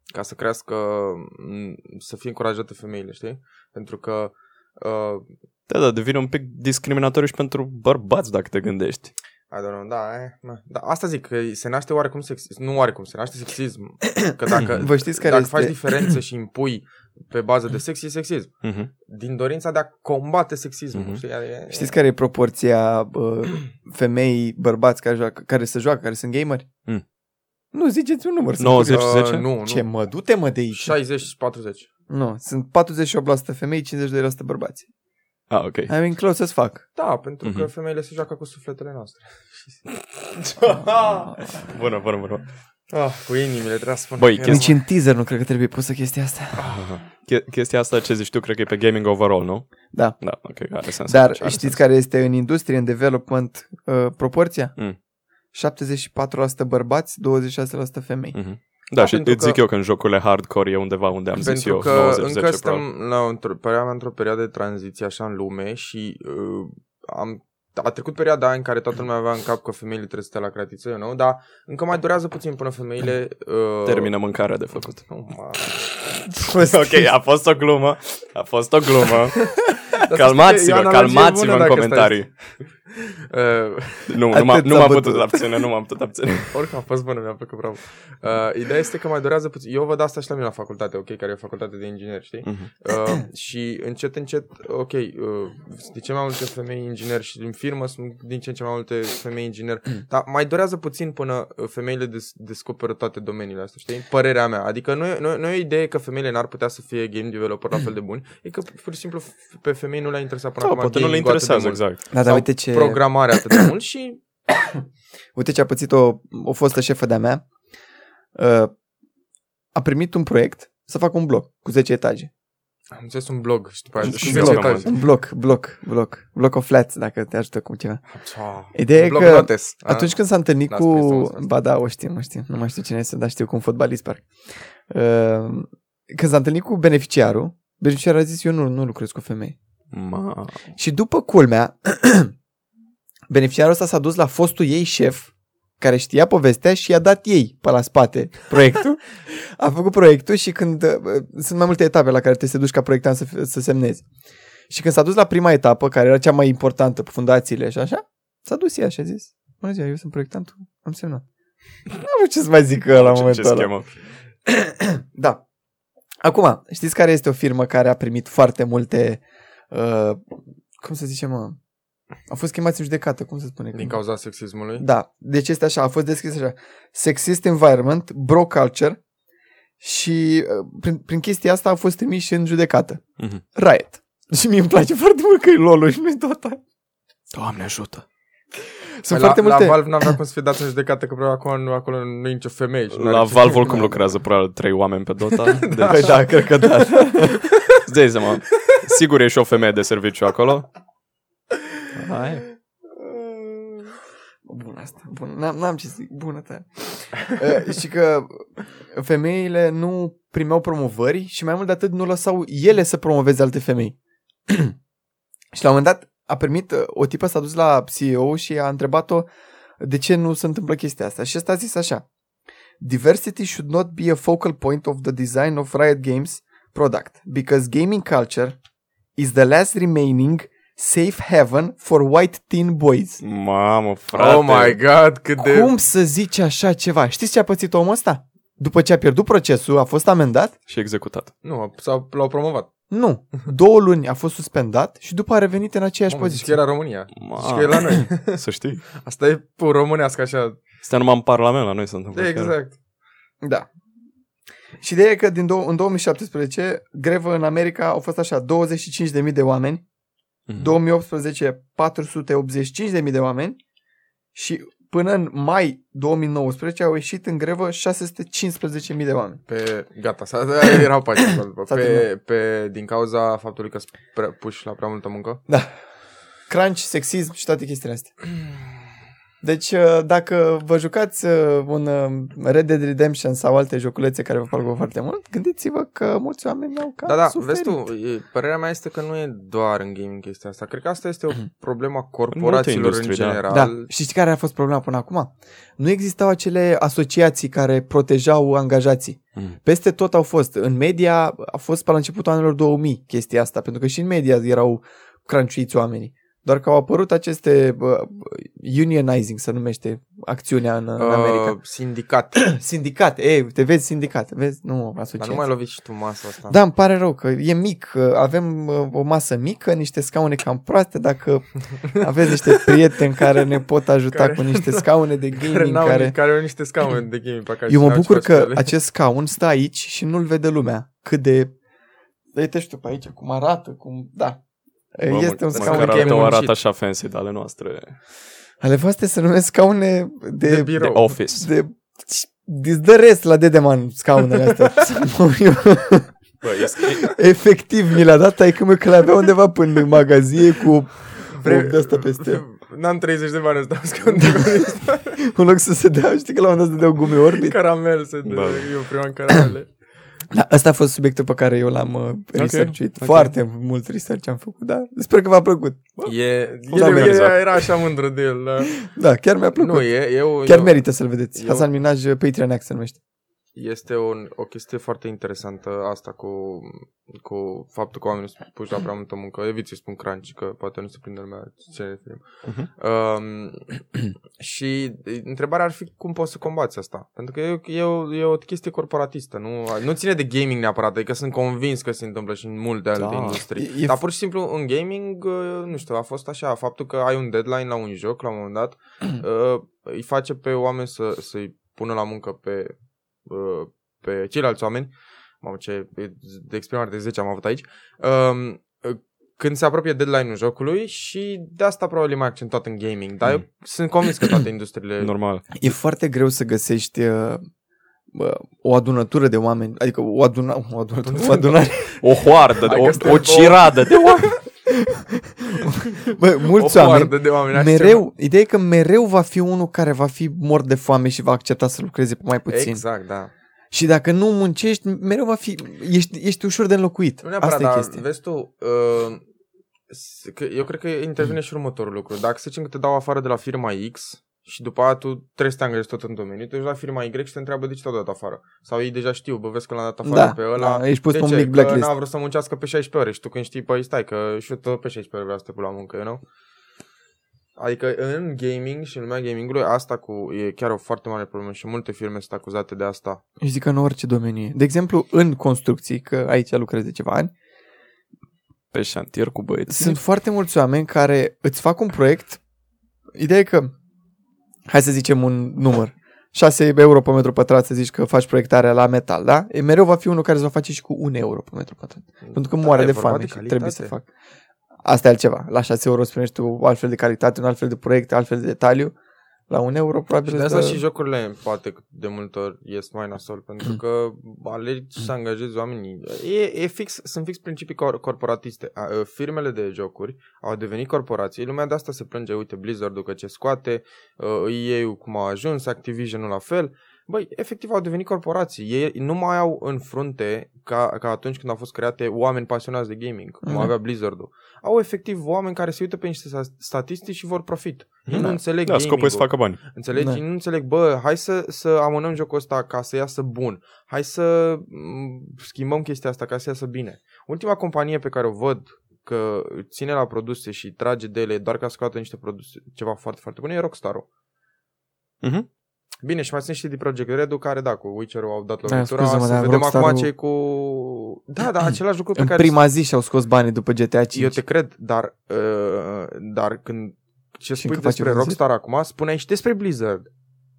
S2: ca să crească, m, să fie încurajate femeile, știi? Pentru că uh,
S3: Da, da, devine un pic discriminatoriu și pentru bărbați, dacă te gândești.
S2: I don't know, da, eh, mă. da, asta zic, că se naște oarecum sexism, nu oarecum, se naște sexism,
S1: <coughs>
S2: că dacă,
S1: Vă știți care
S2: dacă
S1: este...
S2: faci diferențe și impui pe bază
S1: <coughs>
S2: de sex, e sexism,
S3: Mm-hmm.
S2: din dorința de a combate sexismul,
S3: Mhm.
S2: mm-hmm. știi? E- e-
S1: Știți care e proporția uh, femei, bărbați care, joacă, care se joacă, care sunt gameri?
S3: Mm.
S1: Nu, ziceți un număr. sunt
S3: 90.
S1: curios.
S3: 10?
S2: Uh, Hmm. nu,
S1: Ce
S2: nu.
S1: mă, du-te mă de aici.
S2: 60-40.
S1: Nu, sunt 48% femei, 52% bărbați.
S3: Ah, ok.
S1: I mean, close as fuck.
S2: Da, pentru mm-hmm. că
S3: Mhm.
S2: femeile se joacă cu sufletele noastre.
S3: Bună, bună, bună.
S2: Ah, cu inimile, trebuie să spun.
S3: Băi,
S2: Era-
S1: Nici în teaser nu cred că trebuie pusă chestia asta.
S3: Che- chestia asta, ce zici tu, cred că e pe gaming overall, nu?
S1: Da.
S3: Da, ok, are sens.
S1: Dar
S3: Are sens.
S1: știți care este în industrie, în development, uh, proporția?
S2: Hmm.
S3: Mm.
S1: 74% bărbați, 26% femei.
S3: Mhm. Da,
S2: Da,
S3: și
S2: pentru
S3: îți zic
S2: că-
S3: eu că în jocul hardcore e undeva unde am zis
S2: Pentru
S3: eu,
S2: că
S3: 90
S2: încă
S3: 10 probabil.
S2: suntem la într-o, perioadă, într-o perioadă de tranziție așa în lume și uh, am, a trecut perioada aia în care toată lumea avea în cap că femeile trebuie să stea la cratiță, you know, dar încă mai durează puțin până femeile... Uh,
S3: Termină mâncarea de făcut.
S2: Nu,
S3: <laughs>
S2: mă.
S3: ok, a fost o glumă. A fost o glumă.
S2: <laughs> Dar să știi că e Da,
S3: Calmați-vă,
S2: o analogie bună
S3: calmați-vă în
S2: dacă stai
S3: comentarii.
S2: Uh,
S3: Nu, nu
S1: Atât
S3: m-am, nu
S1: s-a
S3: m-am
S1: bătut.
S3: putut abține, nu m-am putut abține.
S2: <laughs> oricum a fost bună, mi-a plăcut, bravo. Uh, ideea este că mai durează puțin. Eu văd asta și la mine la facultate, ok, care e o facultate de inginer, știi?
S3: Mhm.
S2: Uh, și încet, încet, ok, uh, sunt din ce mai multe femei inginer și din firmă sunt din ce în ce mai multe femei
S3: <clears throat>
S2: inginer. Dar mai durează puțin până uh, femeile des- descoperă toate domeniile astea, știi? Părerea mea. Adică nu e, nu, e- nu e o idee că femeile n-ar putea să fie game developer la fel de buni, e că pur și simplu f- pe femei nu le-a interesat până
S3: Sau
S2: acum
S3: Da, poate nu le
S2: gaming-ul atât de
S3: interesează,
S2: mult.
S3: exact.
S1: Da, dar
S2: Sau
S1: uite ce...
S2: programarea atât de mult și
S1: Uite ce a pățit o, o fostă șefă de-a mea. Uh, a primit un proiect să facă un blog cu 10 etaje.
S2: am înțeles un blog și după aia
S3: Și
S2: și
S3: blog, am
S2: blog.
S3: auzit.
S1: Un bloc, bloc, bloc. Bloc of flats, dacă te ajută cu ceva. Ideea
S2: Ideea
S1: e
S2: blog
S1: că
S2: notes. A?
S1: Atunci când s-a întâlnit
S2: N-a
S1: cu...
S2: scris, n-a scris.
S1: Ba da, o știm, o știm. Nu mai știu cine este, dar știu cu un fotbalist, parcă. Uh, când s-a întâlnit cu beneficiarul, beneficiarul a zis, eu nu, nu lucrez cu femei.
S3: Ma...
S1: Și după culmea, <clears throat> beneficiarul ăsta s-a dus la fostul ei șef, care știa povestea și i-a dat ei pe la spate proiectul. a făcut proiectul și când... uh, Sunt mai multe etape la care trebuie să te duci ca proiectant să, să semnezi. Și când s-a dus la prima etapă, care era cea mai importantă, fundațiile și așa, s-a dus ea și a zis, bună ziua, eu sunt proiectantul, am semnat. <laughs> Nu ce să mai zic la
S3: Ce, ce
S1: momentul ăla.
S3: schemă?
S1: Da. Acum, știți care este o firmă care a primit foarte multe, uh, cum să zicem, mă, au fost chemați în judecată, cum se spune?
S2: Din cauza sexismului.
S1: Da, deci este așa, a fost descris așa. Sexist environment, bro culture și uh, prin, prin chestia asta au fost trimiși în judecată.
S3: Mhm.
S1: Riot. Și mie îmi place foarte mult că e lol și nu-i Dota.
S3: Doamne ajută!
S1: Sunt
S2: Păi la,
S1: foarte multe...
S2: La Valve n-avea cum să fie dați în judecată, că probabil acolo, nu- acolo nu e nicio femeie. și nu
S3: La
S2: are ce-
S3: Valve oricum lucrează probabil trei oameni pe
S2: <laughs>
S3: Dota. da.
S1: Păi
S3: Deci,
S1: da, cred că da.
S3: îți dai seama. Sigur e și o femeie de serviciu acolo. Hai.
S1: Bun asta, bun. N-am, n-am ce să zic, bună ta. Uh, și că femeile nu primeau promovări și mai mult de atât nu lăsau ele să promoveze alte femei. <clears throat> și la un moment dat a primit, uh, o tipă s-a dus la CEO și a întrebat-o de ce nu se întâmplă chestia asta. Și asta a zis așa. Diversity should not be a focal point of the design of Riot Games product because gaming culture is the last remaining safe haven for white teen boys.
S3: Mamă, frate.
S2: Oh my god, cât de...
S1: Cum să zici așa ceva? Știți ce a pățit omul ăsta? După ce a pierdut procesul, a fost amendat?
S3: Și executat.
S2: Nu, s-au, l-au promovat.
S1: Nu. Două luni a fost suspendat și după a revenit în aceeași
S2: Mamă, zici că
S1: poziție.
S2: era România.
S3: Ma.
S2: Zici că e la noi.
S3: Să știi.
S2: Asta e pur românească așa.
S3: Stai numai în parlament, la noi se întâmplă.
S2: De
S3: chiar.
S2: exact.
S1: Da. Și ideea e că din dou- în 2017, grevă în America au fost așa, 25.000 de oameni,
S3: Mhm.
S1: 2018, 485.000 de oameni și până în mai 2019 au ieșit în grevă 615.000 de oameni.
S2: Pe, gata, s-a, aia erau pagina acolo după.
S1: S-a
S2: pe,
S1: terminat.
S2: pe, din cauza faptului că sunt prea- puși la prea multă muncă.
S1: Da. Crunch, sexism și toate chestiile astea. Deci uh, dacă vă jucați uh, un uh, Red Dead Redemption sau alte joculețe care vă plac foarte mult, gândiți-vă că mulți oameni au cam
S2: Da, da,
S1: suferit.
S2: vezi tu, e, părerea mea este că nu e doar în gaming chestia asta. Cred că asta este o problemă a
S3: multe
S2: corporațiilor în,
S3: industrii, da.
S2: general.
S1: Hmm.
S2: Uh,
S1: Da. Știți care a fost problema până acum? Nu existau acele asociații care protejau angajații.
S3: Mm.
S1: Peste tot au fost. În media a fost pe la începutul anilor 2000 chestia asta, pentru că și în media erau cranciuiți oamenii. Doar că au apărut aceste uh, unionizing, se numește acțiunea în, în America.
S2: Uh, sindicat.
S1: Sindicat, ei, te vezi sindicat, vezi, nu asociație.
S2: Dar nu mai lovești și tu masa asta.
S1: Da, îmi pare rău că e mic, că avem uh, o masă mică, niște scaune cam proaste,
S2: <laughs>
S1: dacă aveți niște prieteni care ne pot ajuta
S2: Care-
S1: cu niște scaune de
S2: <laughs> care,
S1: gaming
S2: n-au,
S1: care...
S2: care... care au niște scaune de gaming pe care
S1: Eu mă
S2: n-au
S1: bucur
S2: ceva să
S1: că
S2: le-
S1: acest scaun stă aici și nu-l vede lumea. Cât de... Uite și tu pe aici, cum arată, cum... Da.
S3: Bă,
S1: este un
S3: mă-
S1: scaun
S3: măcar
S1: de
S3: arată-
S1: gaming.
S3: arată așa fancy de ale noastre.
S1: Ale voastre se numesc scaune de...
S2: De
S3: De
S2: birou.
S3: office.
S1: de... Îți dă rest la Dedeman scaunele astea.
S2: <laughs>
S1: Să mă uit.
S3: Bă, este...
S1: Efectiv, mi l-a dat taică mă că l-avea undeva până în magazie cu Vrei de asta peste. el.
S2: <laughs> N-am 30 de bani, îți dau scaun de
S1: <laughs> Un loc să se dea, știi că la un moment dat dădeau gume orbit.
S2: caramel să dă,
S3: Bă.
S2: eu prima în caramele.
S1: Da, asta a fost subiectul pe care eu l-am uh, researchuit.
S3: ok.
S1: Foarte mult research am făcut, da. Sper că v-a plăcut.
S2: E, el,
S1: Da,
S2: el,
S3: merge.
S2: era așa mândră de el, da.
S1: Da, chiar mi-a plăcut.
S2: Nu, e, e o,
S1: chiar
S2: e, o-
S1: merită să-l vedeți.
S2: eu-
S1: Hasan Minaj uh, Patreon Act se numește.
S2: Este un, o chestie foarte interesantă asta cu, cu faptul că oamenii sunt puși la prea multă muncă. Evit să spun crunch, că poate nu se prinde lumea ce ne referim. Um, <clears throat> și întrebarea ar fi cum poți să combați asta. Pentru că e, o- e, o, e o chestie corporatistă. Nu, nu ține de gaming neapărat, adică sunt convins că se întâmplă și în multe alte
S3: Da.
S2: industrii.
S1: E- e
S2: Dar pur și simplu în gaming, uh, nu știu, a fost așa, faptul că ai un deadline la un joc la un moment
S1: <clears throat>
S2: dat, uh, îi face pe oameni să, să-i pună la muncă pe, uh, pe ceilalți oameni, mamă ce de exprimare de 10 am avut aici, um, uh, când se apropie deadline-ul jocului și de asta probabil e mai accentuat în gaming,
S1: Hmm.
S2: dar eu sunt convins că toate industriile...
S3: Normal.
S1: E foarte greu să găsești uh, bă, o adunătură de oameni, adică o, aduna, o, adunătură, o adunare,
S2: <laughs>
S3: O hoardă, de,
S2: Hai că
S3: o,
S2: suntem
S3: o ciradă de oameni.
S1: bă, mulți
S2: o
S1: oameni.
S2: oameni, de oameni așa
S1: Mereu, ideea e că mereu va fi unul care va fi mort de foame și va accepta să lucreze pe mai
S2: ceva.
S1: puțin.
S2: Exact, da.
S1: Și dacă nu muncești, mereu va fi, ești, ești ușor de înlocuit.
S2: Nu neapărat,
S1: Asta e
S2: dar
S1: chestia.
S2: vezi tu, uh, s- că eu cred că intervine și următorul lucru. Dacă să zicem că te dau afară de la firma X și după aia tu trebuie să te angajezi tot în domeniu, tu ești la firma Y și te întreabă de ce te-au dat afară. Sau ei deja știu, bă, vezi că l-am dat afară
S1: Da,
S2: pe ăla.
S1: da, ești pus
S2: de
S1: pe un
S2: ce?
S1: mic
S2: Că
S1: blacklist.
S2: n-a vrut să muncească pe 16 ore și tu când știi, păi stai că și eu tot pe 16 ore vreau să te pun la muncă, you know? Adică în gaming și în lumea gamingului asta cu, e chiar o foarte mare problemă și multe firme sunt acuzate de asta.
S1: Eu zic că în orice domeniu. e. De exemplu, în construcții, că aici lucrez de ceva ani,
S3: Pe șantier cu Da, băieți.
S1: sunt foarte mulți oameni care îți fac un proiect. Ideea e că, hai să zicem un număr, 6 euro pe metru pătrat să zici că faci proiectarea la metal, da? E mereu va fi unul care să o face și cu 1 euro pe metru pătrat. Pentru că
S2: Da,
S1: moare
S2: e
S1: de
S2: vorba
S1: foame și
S2: calitate.
S1: trebuie să fac. Asta e altceva. La 6 euro îți primești tu altfel de calitate, un altfel de proiect, altfel de detaliu. La 1 euro probabil
S2: Și de
S1: îți
S2: asta
S1: dă-
S2: și jocurile poate că de multe ori ies mai nasol, pentru că alegi să angajezi oamenii. E, e fix, sunt fix principii cor- corporatiste. A, ă, Firmele de jocuri au devenit corporații, lumea de asta se plânge, uite Blizzard că ce scoate, eu cum au ajuns, Activision la fel. Băi, efectiv au devenit corporații. Ei nu mai au în frunte, ca, ca atunci când au fost create, oameni pasionați de gaming, cum
S1: Mhm.
S2: avea Blizzard-ul. Au efectiv oameni care se uită pe niște sa- statistici și vor profit. Ei nu
S3: Da.
S2: înțeleg
S3: Da, scopul e
S2: gaming-ul.
S3: să facă bani.
S2: Înțelegi?
S1: Da.
S2: Da. Nu înțeleg, bă, hai să, să amânăm jocul ăsta ca să iasă bun. Hai să m, schimbăm chestia asta ca să iasă bine. Ultima companie pe care o văd că ține la produse și trage de ele doar ca să scoată niște produse, ceva foarte, foarte bun, e Rockstar-ul.
S3: Mhm.
S2: Bine, și mai sunt și de Project Red, care, da, cu Witcher-ul au dat
S1: Da,
S2: lovitura.
S1: scuze-mă,
S2: să
S1: dar
S2: vedem acum
S1: Rockstar-ul-
S2: ce cu...
S1: <clears throat>
S2: Da, da, același lucru pe
S1: În
S2: care...
S1: prima zi și-au scos banii după GTA 5.
S2: Eu te cred, dar, uh, dar când ce
S1: Și
S2: spui
S1: încă face
S2: despre
S1: vânzări?
S2: Rockstar acum, spuneai și despre Blizzard.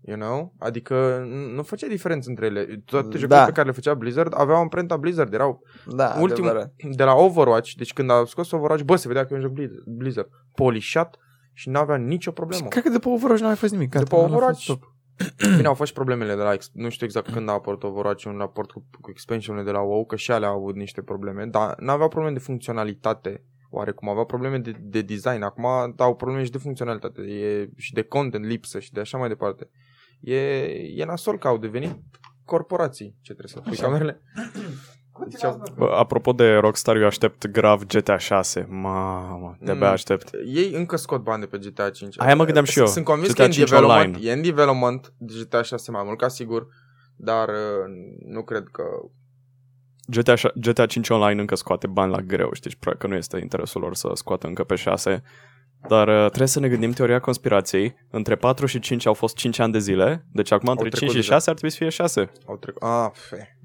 S2: You know? Adică n- nu făcea diferență între ele. Toate jocurile
S1: Da.
S2: pe care le făcea Blizzard aveau amprenta Blizzard. Erau
S1: Da,
S2: ultimul-
S1: adevărat.
S2: de la Overwatch, deci când a scos Overwatch, bă, se vedea că e un joc Blizz- Blizzard. Polișat și n-avea nicio
S1: Și
S2: problemă.
S1: Cred că după Overwatch n-a mai fost nimic. Gata,
S2: După
S1: ăla a fost
S2: Overwatch,
S1: top.
S2: Bine, au fost și problemele de la, ex- nu știu exact când a apărut Overwatch un raport cu, cu expansionul de la WoW, că și alea au avut niște probleme, dar n-aveau probleme de funcționalitate oarecum, aveau probleme de, de design, acum au probleme și de funcționalitate e, și de content lipsă și de așa mai departe. E, e nasol că au devenit corporații ce trebuie să pui camerele. Deci, au-
S3: Bă, apropo de Rockstar, eu aștept grav GTA 6. Mamă, de-abia
S2: Mm.
S3: aștept.
S2: ei încă scot bani de pe GTA 5.
S3: Aia mă gândeam și eu.
S2: Sunt convins
S3: GTA
S2: că e în
S3: 5
S2: development,
S3: online.
S2: e în development GTA 6 mai mult ca sigur, dar uh, nu cred că
S3: GTA, șa- GTA 5 online încă scoate bani la greu, știi, și probabil că nu este interesul lor să scoată încă pe 6. Dar uh, trebuie să ne gândim teoria conspirației. Între 4 și 5 au fost 5 ani de zile, deci acum între
S2: trecut
S3: 5 și
S2: deja.
S3: 6 ar trebui să fie 6.
S2: Au trecut. Ah, fe.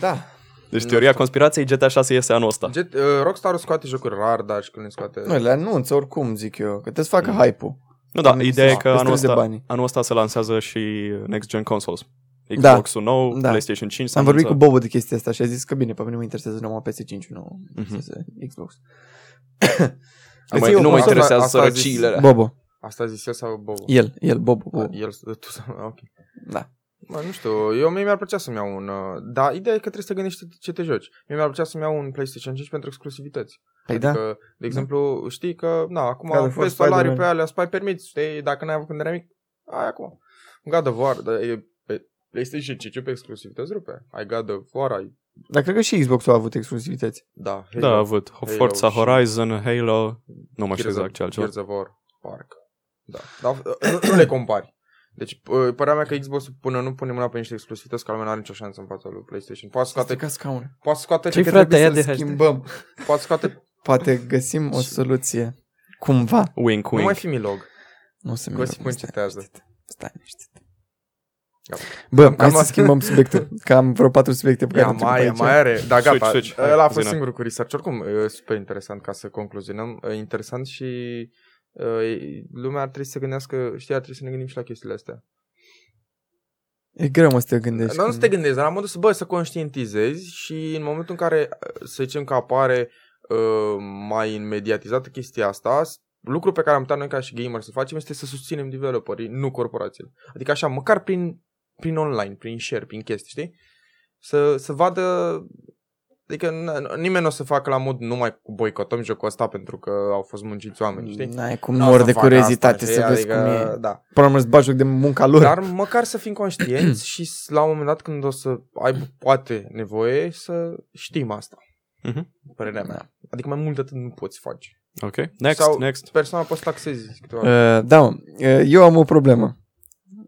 S1: Da.
S3: Deci
S2: Nu
S3: teoria
S2: știu.
S3: conspirației GTA 6 este anul ăsta.
S2: Jet, uh, Rockstar scoate jocuri rar, dar și când le scoate...
S1: Nu, le anunță oricum, zic eu, că trebuie să
S2: Mm.
S1: facă hype-ul.
S3: Nu, da,
S1: Nu,
S3: ideea e
S1: da,
S3: că
S1: peste
S3: anul
S1: de
S3: ăsta,
S1: bani.
S3: anul ăsta se lansează și next gen consoles.
S1: Da.
S3: Xbox-ul nou,
S1: Da.
S3: PlayStation 5 s-a
S1: Am vorbit cu
S3: anunțat.
S1: Bobo de chestia asta și a zis că bine, pe mine mă interesează numai PS5, nu mă
S2: Mhm.
S1: interesează Xbox.
S3: Am
S1: Îți
S3: mai-
S1: iei o
S3: Nu mă
S1: consolă-
S2: interesa-
S3: interesează
S2: asta a zis-
S3: sărăciile alea.
S1: Bobo,
S2: Asta a zis eu sau Bobo?
S1: el, el, Bobo,
S2: Ah,
S1: Bobo.
S2: El, tu sau... ah, ok.
S1: Da.
S2: Mă, nu știu, eu mie mi-ar plăcea să-mi iau un... Uh, dar ideea e că trebuie să te gândești ce te joci. Mie mi-ar plăcea să-mi iau un PlayStation 5 pentru exclusivități.
S1: Păi da,
S2: Că, Adică, de exemplu, știi că, na,
S1: God
S2: acum
S1: of War,
S2: vezi salariul pe
S1: Spider-Man.
S2: alea, spai permiți, știi, dacă n-ai avut când erai mic, ai acum. God of War, dar e pe PlayStation 5 pe exclusivități rupe. Ai God of War, ai...
S1: dar cred că și Xbox-ul a avut exclusivități.
S2: Da,
S3: Da, a
S2: Halo,
S3: avut
S2: Halo
S3: Forza
S2: și-
S3: Horizon, Halo, nu mai
S2: Gears
S3: știu
S2: of-
S3: exact ce altceva.
S2: Gears of War, parcă. Da. Dar <coughs> uh, nu le compari. Deci, p- părerea mea că Xbox până nu pune mâna pe niște exclusivități, că lumea nu are nicio șansă în fața lui PlayStation. Poate scoate,
S4: Ca scaune.
S2: poate scoate,
S4: Ce
S1: Că
S4: frate,
S1: trebuie
S4: ia
S1: să-l
S4: de hashtag.
S1: schimbăm.
S2: poate scoate,
S1: Poate găsim o soluție. Cumva.
S3: Wink,
S2: nu
S3: wink.
S2: mai fi milog.
S1: Nu se mi
S2: Gosip încetează.
S1: Stai liniștit.
S2: Gata.
S1: Bă, hai
S2: Cam
S1: să
S2: asta.
S1: <laughs> schimbăm subiectul. Că am vreo patru subiecte pe care
S2: Ia,
S1: am
S2: mai, mai are. Da,
S3: Switch,
S2: gata.
S3: switch. Hai,
S2: Ăla a fost
S3: zi-ne.
S2: singurul cu research. Oricum, e super interesant ca să concluzionăm. E Interesant și e, lumea ar trebui să se gândească, știi, ar trebui să ne gândim și la chestiile astea.
S1: E greu mă să te gândești.
S2: Deci, nu, nu să te gândești, dar la modul să, bă, să conștientizezi și în momentul în care, să zicem că apare uh, mai mediatizată chestia asta, s- lucru pe care am putea noi ca și gamer să facem este să susținem developerii, nu corporațiile. Adică așa, măcar prin, prin online, prin share, prin chestii, știi? Să, să vadă... Adică n- n- nimeni nu o să facă la mod numai boicotăm jocul ăsta pentru că au fost munciți oameni, știi?
S1: N-ai cum
S2: N-o
S1: mor
S2: să
S1: de
S2: facă
S1: curiozitate
S2: asta,
S1: să vezi
S2: știi?
S1: cum e.
S2: Da.
S1: Până la urmă îți bagi joc de munca lor.
S2: Dar măcar să fim conștienți și s- la un moment dat când o să ai poate nevoie să știm asta.
S3: Mhm.
S2: Părerea mea. Adică mai mult de atât nu poți face.
S3: Ok, next,
S2: Sau-
S3: next.
S2: Persoana poți să taxezi câteva.
S1: Uh, da, mă. Uh, eu am o problemă.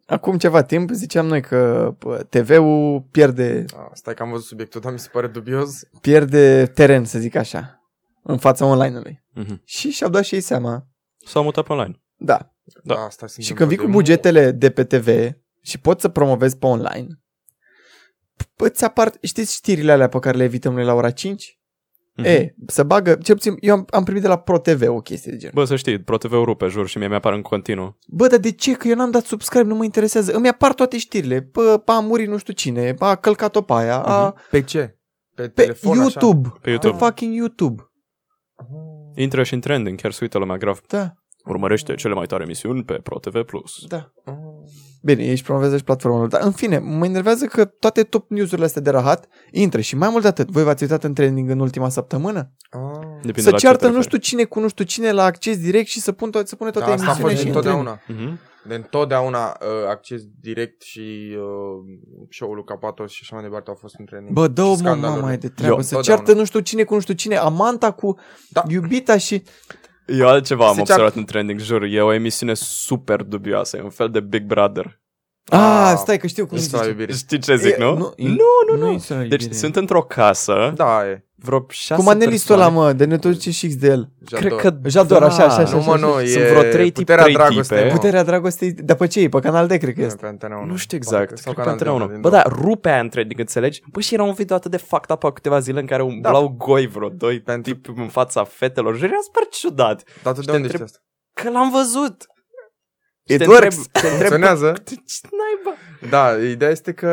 S1: Acum ceva timp ziceam noi că pă, TV-ul pierde,
S2: Ah, stai că am văzut subiectul, dar mi se pare dubios.
S1: pierde teren, să zic așa, în fața online-ului.
S3: Mhm.
S1: Și și-au dat și ei seama.
S3: S-au mutat pe online.
S1: Da,
S3: Da.
S2: Da, asta se
S1: Și
S2: întâmplă
S1: când vii
S2: de
S1: cu bugetele de pe TV și poți să promovezi pe online, p- îți apar, știți știrile alea pe care le evităm noi la ora 5?
S3: Mhm.
S1: E, să bagă, cel puțin, eu am, am primit de la ProTV o chestie de genul.
S3: Bă, să știi, ProTV rupe, jur, și mie mi-apar în continuu.
S1: Bă, dar de ce? Că eu n-am dat subscribe, nu mă interesează. Îmi apar toate știrile. Bă, a murit nu știu cine, a călcat-o pe aia, a...
S2: mult. Pe ce? Pe,
S1: Pe
S2: Mhm. telefon,
S1: YouTube.
S3: Pe YouTube. Ah.
S1: Pe fucking YouTube.
S2: Așa?
S3: Intră și în trending, chiar se uită lumea grav.
S1: Da,
S3: Urmărește cele mai tare emisiuni pe ProTV+.
S1: da.
S2: Ah.
S1: Bine, ei își promovează și platforma lor, dar în fine, mă enervează că toate top news-urile astea de rahat intră și mai mult de atât. Voi v-ați uitat în trending în ultima săptămână?
S2: Ah.
S3: Depinde
S1: Să
S3: la ce te
S1: ceartă nu
S3: referi.
S1: știu cine cu nu știu cine la acces direct și să, pun to- să pune
S2: Da,
S1: toate
S2: asta a
S1: emisiunile
S2: fost
S1: și
S2: întotdeauna.
S3: Mhm.
S2: De întotdeauna uh, acces direct și uh, show-ul lui Capatos și așa mai departe au fost în
S1: în-
S2: training.
S1: Bă, dă-o
S2: Și
S1: mă
S2: scandalurile.
S1: mai de treabă,
S2: Eu,
S1: să
S2: întotdeauna.
S1: ceartă nu știu cine cu nu știu cine, amanta cu
S2: Da.
S1: iubita și...
S3: Eu altceva am
S2: Se
S3: observat
S2: ceartă.
S3: în trending, jur. E o emisiune super dubioasă, e un fel de Big Brother. <laughs>
S1: Ah,
S2: Ah,
S1: stai că știu cum
S2: Insula
S1: zice.
S2: iubirii.
S3: Știi ce zic,
S1: E,
S3: nu?
S1: nu,
S3: nu, nu. nu.
S1: Insula
S3: Deci
S1: iubirii.
S3: sunt într-o casă,
S2: Da, e.
S3: vreo șase
S1: Cum anelistul ăla,
S3: persoane.
S1: mă, de ne tot ce și X de el.
S2: Jador.
S3: Cred că... Da,
S1: Jador, așa, așa, așa.
S2: Da, Nu mă, nu,
S3: Sunt
S2: e
S3: vreo trei tip-
S2: puterea
S3: trei
S2: dragostei,
S3: tipe.
S2: mă.
S1: Puterea dragostei, dar pe ce e? Pe canal D, cred că
S2: Nu,
S1: este.
S2: pe Antena 1.
S3: Nu știu
S2: Parcă,
S3: exact.
S2: sau
S3: Cred
S2: Canal
S3: că Antena
S2: 1,
S3: 1.
S2: din
S3: Bă,
S2: două.
S3: da, rupe aia în trending, înțelegi? Bă, și era un video atât de fucked up acum câteva zile în care umblau goi vreo doi
S2: Pentru-
S3: tip în fața fetelor. Și era super ciudat.
S2: Dar tu de
S3: da,
S2: unde
S3: te
S2: știi
S3: întreb-
S2: asta?
S3: Că l-am văzut. Și
S1: It
S3: te
S1: works.
S3: întreb- Te întreb
S2: Funcționează?
S3: Tu ce naiba?
S2: Da, ideea este că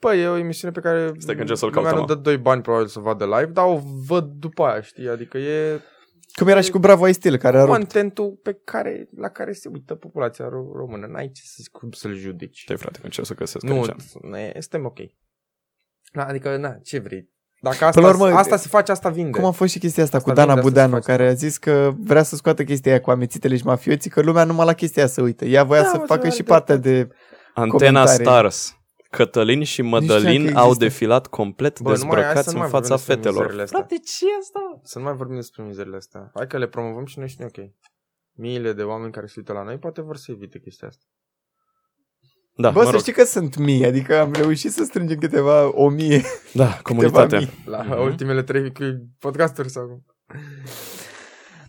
S2: Bă, e o emisiune pe care
S3: Stai că încerc să-l
S2: lumea
S3: caut,
S2: nu
S3: mă.
S2: dă doi bani probabil să o vadă live, dar o văd după aia, știi? Adică e
S1: Cum era și cu Bravo Stil, care a rupt.
S2: contentul pe care, la care se uită populația ro- română. N-ai ce să, cum să-l judeci.
S3: Stai, frate, că încerc să găsesc
S2: Nu,
S3: aici.
S2: nu e- suntem ok. Na, adică, na, ce vrei? Dacă asta,
S1: la urmă,
S2: asta se face, asta vinde.
S1: Cum a fost și chestia asta,
S2: Asta
S1: cu Dana
S2: vinde, asta
S1: Budeanu,
S2: se face.
S1: care a zis că vrea să scoată chestia aia cu amețitele și mafioții, că lumea numai la chestia aia să uită. Ea voia
S2: Da,
S1: să
S2: mă,
S1: facă
S2: doar
S1: și
S2: de-
S1: partea de...
S2: Da,
S3: Antena
S1: comentarii.
S3: Stars. Cătălin și
S1: știam
S3: Mădălin
S1: că
S3: au
S1: există.
S3: defilat complet
S2: Bă, nu mai- hai să
S3: dezbrăcați
S2: nu
S3: în
S2: mai
S3: fața
S2: vorbim despre
S3: fetelor.
S2: mizerile astea.
S3: Frate, ce e asta?
S2: Să nu mai vorbim despre mizerile astea. Hai că le promovăm și noi și nu e ok. Miile de oameni care se uită la noi poate vor să evite chestia asta.
S3: Da,
S1: Bă,
S3: mă
S1: să
S3: rog.
S1: știi că sunt mii, adică am reușit să strângem câteva o mie.
S3: Da, comunitate.
S1: mii.
S2: La
S3: Mhm.
S2: ultimele trei cu- podcasturi sau cum.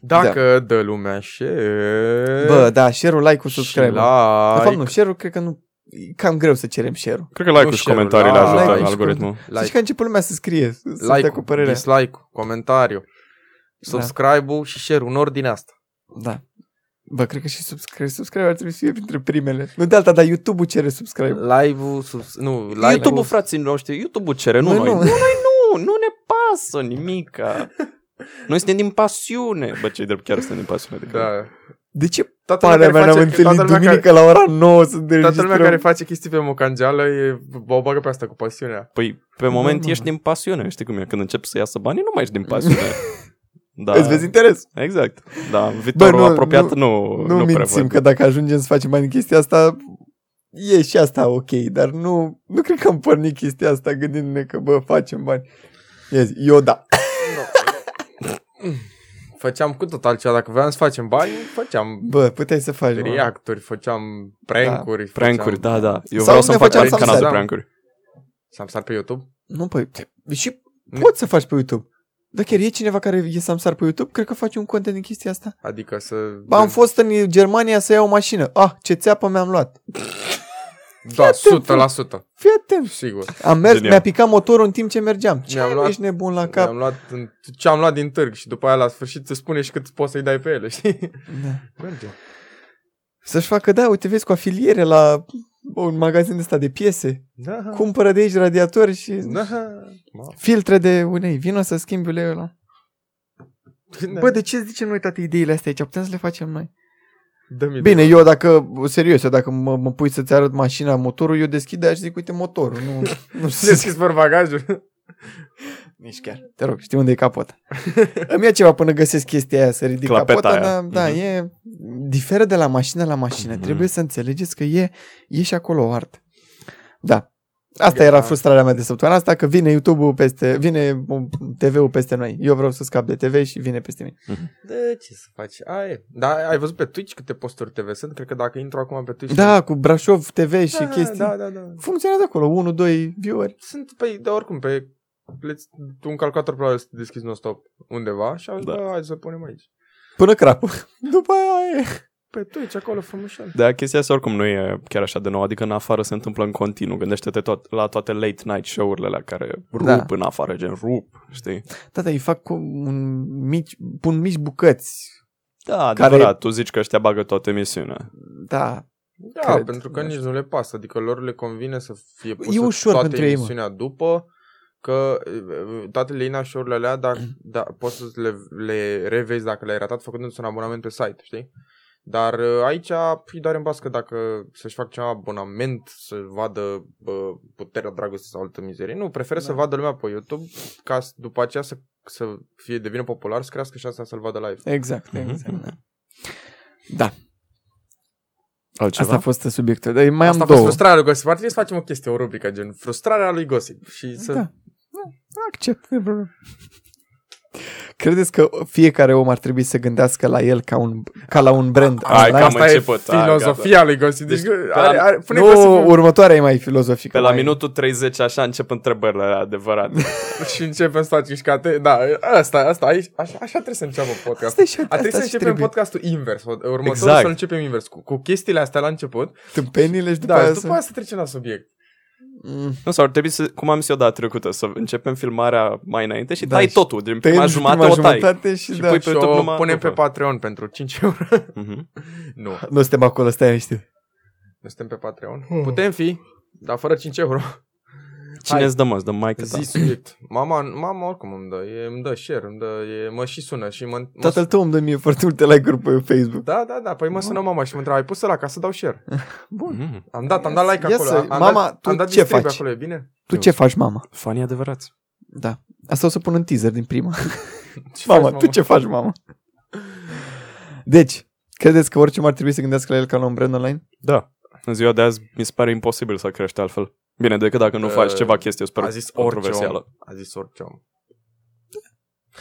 S2: Dacă da. dă lumea share
S1: Bă, da, share-ul, like-ul,
S2: și
S1: subscribe la... De fapt, nu,
S2: like,
S1: share-ul, cred că nu... E cam greu să cerem share-ul.
S3: Cred că like-ul
S2: Nu
S3: și
S2: share-ul,
S3: comentariile
S2: da,
S3: ajută
S1: like-ul
S3: în
S1: și
S3: algoritmul.
S1: Like. Deci
S2: like,
S1: că a început lumea să scrie, să like dea
S2: like
S1: cu
S2: cu
S1: părerea.
S2: dislike, comentariu, subscribe-ul și share-ul în ordine asta.
S1: Da. Bă, cred că și subscribe, subscribe ar trebui să fie printre primele. Nu de alta, dar YouTube-ul cere subscribe.
S2: Live-ul, subs- nu, like-ul,
S3: YouTube-ul, frații noștri, YouTube-ul cere, nu
S1: Noi
S3: noi. Nu,
S1: nu.
S3: noi nu, nu ne pasă nimica. Noi suntem din pasiune. Bă, ce drept chiar suntem din pasiune. Adică...
S2: da.
S1: De ce
S2: Toată
S1: pare
S2: lumea
S1: mea
S2: care
S1: ne-am
S2: face-
S1: întâlnit
S2: toată lumea
S1: duminică la ora 9 să ne
S2: Toată lumea
S1: înregistrăm?
S2: care face chestii pe mocangeală e, o bagă pe asta cu pasiunea.
S3: Păi, pe moment
S1: Da, nu,
S3: ești din pasiune, știi cum e? Când încep să iasă banii, nu mai ești din
S1: <laughs>
S3: pasiune. Da,
S1: Îți vezi interes?
S3: exact. Da, viitorul
S1: nu-
S3: apropiat
S1: nu-
S3: nu,
S1: Nu,
S3: nu,
S1: nu
S3: prea
S1: mințim
S3: văd.
S1: că da. dacă ajungem să facem bani în chestia asta, e și asta ok, dar nu, nu cred că am pornit chestia asta gândindu-ne că, bă, facem bani. Ia zi, eu da.
S2: Făceam cu tot altceva. Dacă voiam să facem bani, făceam
S1: Bă, puteai să faci, mă.
S2: reacturi, făceam prank-uri. Da,
S3: Prank-uri, da, da. Eu
S1: Sau
S3: vreau
S1: ne
S3: să-mi fac
S1: făceam
S3: un canal de
S2: samsara.
S3: prank-uri.
S2: S-am stat pe YouTube.
S1: Nu, păi, te- și poți să faci pe YouTube. Dar chiar e cineva care e samsar pe YouTube? Cred că faci un content din chestia asta.
S2: Adică să...
S1: Ba,
S3: Da.
S1: am fost în Germania să iau o mașină. Ah, ce țeapă mi-am luat.
S2: Da, 100%.
S1: Fii atent.
S2: Sigur.
S1: Am mers,
S3: Genial.
S1: mi-a picat motorul în timp ce mergeam. Ce
S2: Mi-am
S1: mi
S2: luat-
S1: ești nebun la cap?
S2: Am luat în, ce am luat din târg și după aia la sfârșit îți spune și cât poți să-i dai pe ele, știi?
S1: Da.
S2: Merge.
S1: Să-și facă, da, uite, vezi, cu afiliere la un magazin ăsta de piese.
S2: Da.
S1: Cumpără de aici radiatori și
S2: Da.
S1: filtre de unei. Vino să schimbi uleiul ăla. Bă,
S2: Bă,
S1: de ce zicem noi toate ideile astea aici? Putem să le facem noi.
S2: dă-mi
S1: Bine, eu dacă, serios, eu dacă mă, mă pui să-ți arăt mașina, motorul, eu deschid de aia și zic, uite, motorul, nu, nu știu.
S2: Deschis fără bagajul.
S1: Nici chiar. Te rog, știi unde e
S3: <laughs>
S1: capota. Îmi ia ceva până găsesc chestia aia, să ridic
S3: Clapeta
S1: capota. Dar,
S3: aia.
S1: da,
S3: Mhm.
S1: e... Diferă de la mașină la mașină.
S3: Mhm.
S1: Trebuie să înțelegeți că e, e și acolo o artă. Da. Asta
S2: Gata.
S1: era frustrarea mea de săptămâna asta, că vine YouTube-ul peste... Vine um, TV-ul peste noi. Eu vreau să scap de TV și vine peste mine.
S2: Da, ce să faci? Ai, da, ai văzut pe Twitch câte posturi TV sunt? Cred că dacă intru acum pe
S3: Deci
S2: Twitch...
S1: Da, cu Brașov TV și
S2: da,
S1: chestii.
S2: Da, da, da.
S1: Funcționează acolo, 1, 2 viewer.
S2: Sunt pe, de oricum, pe le-ți- un calculator probabil să deschizi non-stop undeva și am zis,
S3: Da.
S2: bă, hai să punem aici.
S1: Până
S3: <laughs>
S1: crapă. După aia e.
S2: Pe Twitch, Păi acolo, frumușel.
S3: Dar chestia asta oricum nu e chiar așa de nouă, adică în afară se întâmplă în continuu. Gândește-te tot, la toate late night show-urile alea care rup
S1: Da.
S3: în afară, gen rup, știi?
S1: Tata, îi fac cu un mici, pun mici bucăți.
S3: Da,
S1: Care-
S3: adevărat, tu zici că ăștia bagă toată emisiunea.
S1: Da,
S2: Da,
S1: Cred,
S2: pentru că
S1: nu
S2: nici nu le pasă, adică lor le convine să fie pusă
S1: E ușor
S2: toată
S1: pentru ei, mă.
S2: emisiunea după, că eh, toate lina show-urile alea, dar
S1: Mm.
S2: da, poți să le, le revezi dacă le-ai ratat făcându-ți un abonament pe site, știi? Dar eh, aici îi doare în bască dacă să-și fac ceva abonament, să vadă bă, puterea dragostei sau altă mizerie. Nu, preferă
S1: Da.
S2: da. să vadă lumea pe YouTube ca s- după aceea să, să fie devină popular, să crească șansa să-l vadă live.
S1: Exact,
S3: Mhm.
S1: exact. Da. da.
S3: Altceva?
S1: Asta a fost subiectul. Dar mai
S2: Asta
S1: am
S2: a fost
S1: două.
S2: frustrarea lui Gossip. Ar trebui să facem o chestie, o rubrică, gen frustrarea lui Gossip și să
S1: Da. Accept. nu e problemă. Credeți că fiecare om ar trebui să gândească la el ca, un, ca la un brand?
S3: Hai,
S1: online?
S3: că am
S2: Asta e
S3: început. Hai,
S2: filozofia lui Gossip. Deci,
S3: Deci,
S2: deci are, are, pune
S1: nu,
S2: Gossip
S1: următoarea e mai filozofică.
S3: Pe la
S1: mai...
S3: minutul 30 așa încep întrebările alea <laughs> adevărate.
S2: și începem să facem mișcate. Da, asta, asta, aici, așa, așa trebuie să înceapă
S1: Asta
S2: podcastul.
S1: e și
S2: A trebuit să
S1: și
S2: începem
S1: trebuie.
S2: podcastul invers. Următorul
S3: Exact.
S2: să începem invers. Cu, cu chestiile astea la început.
S1: Tâmpenile și după
S2: Da,
S1: aia
S2: după,
S1: să-
S2: aia să trecem la subiect.
S1: Mm.
S3: nu, sau ar trebui să, cum am zis eu data trecută, să începem filmarea mai înainte și
S1: Da,
S3: tai
S1: și
S3: totul, din
S1: Tăiem
S3: prima
S1: și
S3: jumătate
S1: prima
S3: o tai.
S1: jumătate și,
S3: Și
S1: da.
S3: pui-
S2: Și
S3: pe YouTube
S2: o
S3: numai
S2: punem pe
S3: după.
S2: Patreon pentru 5 euro.
S3: Mhm.
S2: nu, nu
S1: Nu suntem acolo, stai liniștit.
S2: suntem pe Patreon.
S1: Hmm.
S2: Putem fi, dar fără 5 euro.
S3: Cine
S2: Hai.
S3: îți dă mă? Îți dă maică ta.
S2: Zi subiect. Mama, mama oricum îmi dă, e, îmi dă share, îmi dă, e, mă și sună și mă... mă
S1: Tatăl tău îmi dă mie foarte multe like-uri pe Facebook.
S2: Da, da, da, păi mă sună mama și mă întreabă, ai pus ăla ca să dau share?
S3: Mhm.
S2: Am dat, am dat like
S1: Ia
S2: acolo.
S1: să-
S2: am
S1: mama,
S2: dat,
S1: tu
S2: am dat
S1: ce
S2: distribui
S1: faci?
S2: acolo, e bine?
S1: Tu ce faci, mama?
S3: Fanii adevărați.
S1: Da. Asta o să pun în teaser din prima.
S2: Ce
S1: Mama,
S2: faci,
S1: tu ce faci, mamă? Deci, credeți că orice ar trebui să gândească la el ca la un brand online?
S3: Da. În ziua de azi mi se pare imposibil să crești altfel. Bine, decât dacă nu
S2: Uh,
S3: faci ceva chestie
S2: A
S3: super
S2: zis orice om.
S3: controversială.
S2: A zis orice om.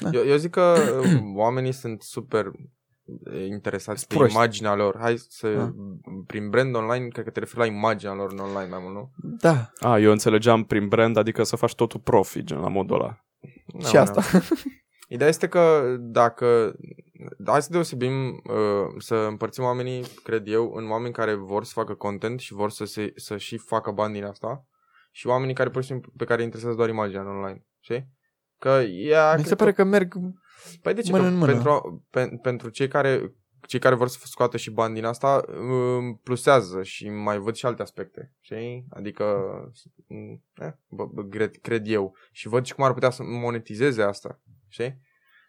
S1: Da.
S2: Eu, eu zic că
S1: <clears throat>
S2: uh, oamenii sunt super uh, interesați de
S1: Proști.
S2: imaginea lor. Hai să,
S1: Da.
S2: prin brand online, cred că te referi la imaginea lor în online mai mult, nu?
S1: Da,
S3: A, eu înțelegeam prin brand, adică să faci totul profi, gen la modul ăla.
S2: Nu,
S1: și asta.
S2: Ideea este că dacă... Hai să deosebim, uh, să împărțim oamenii, cred eu, în oameni care vor să facă content și vor să, se, să și facă bani din asta și oamenii care, pur și simplu, pe care îi interesează doar imaginea în online, știi? Că ea...
S1: Mi
S2: cred
S1: se pare că merg...
S2: Păi de ce?
S1: mână
S2: Că
S1: în mână.
S2: Pentru, pe, pentru cei care cei care vor să scoată și bani din asta îm, plusează și mai văd și alte aspecte, știi? Adică m, eh, bă, bă, cred, cred eu și văd și cum ar putea să monetizeze asta, știi?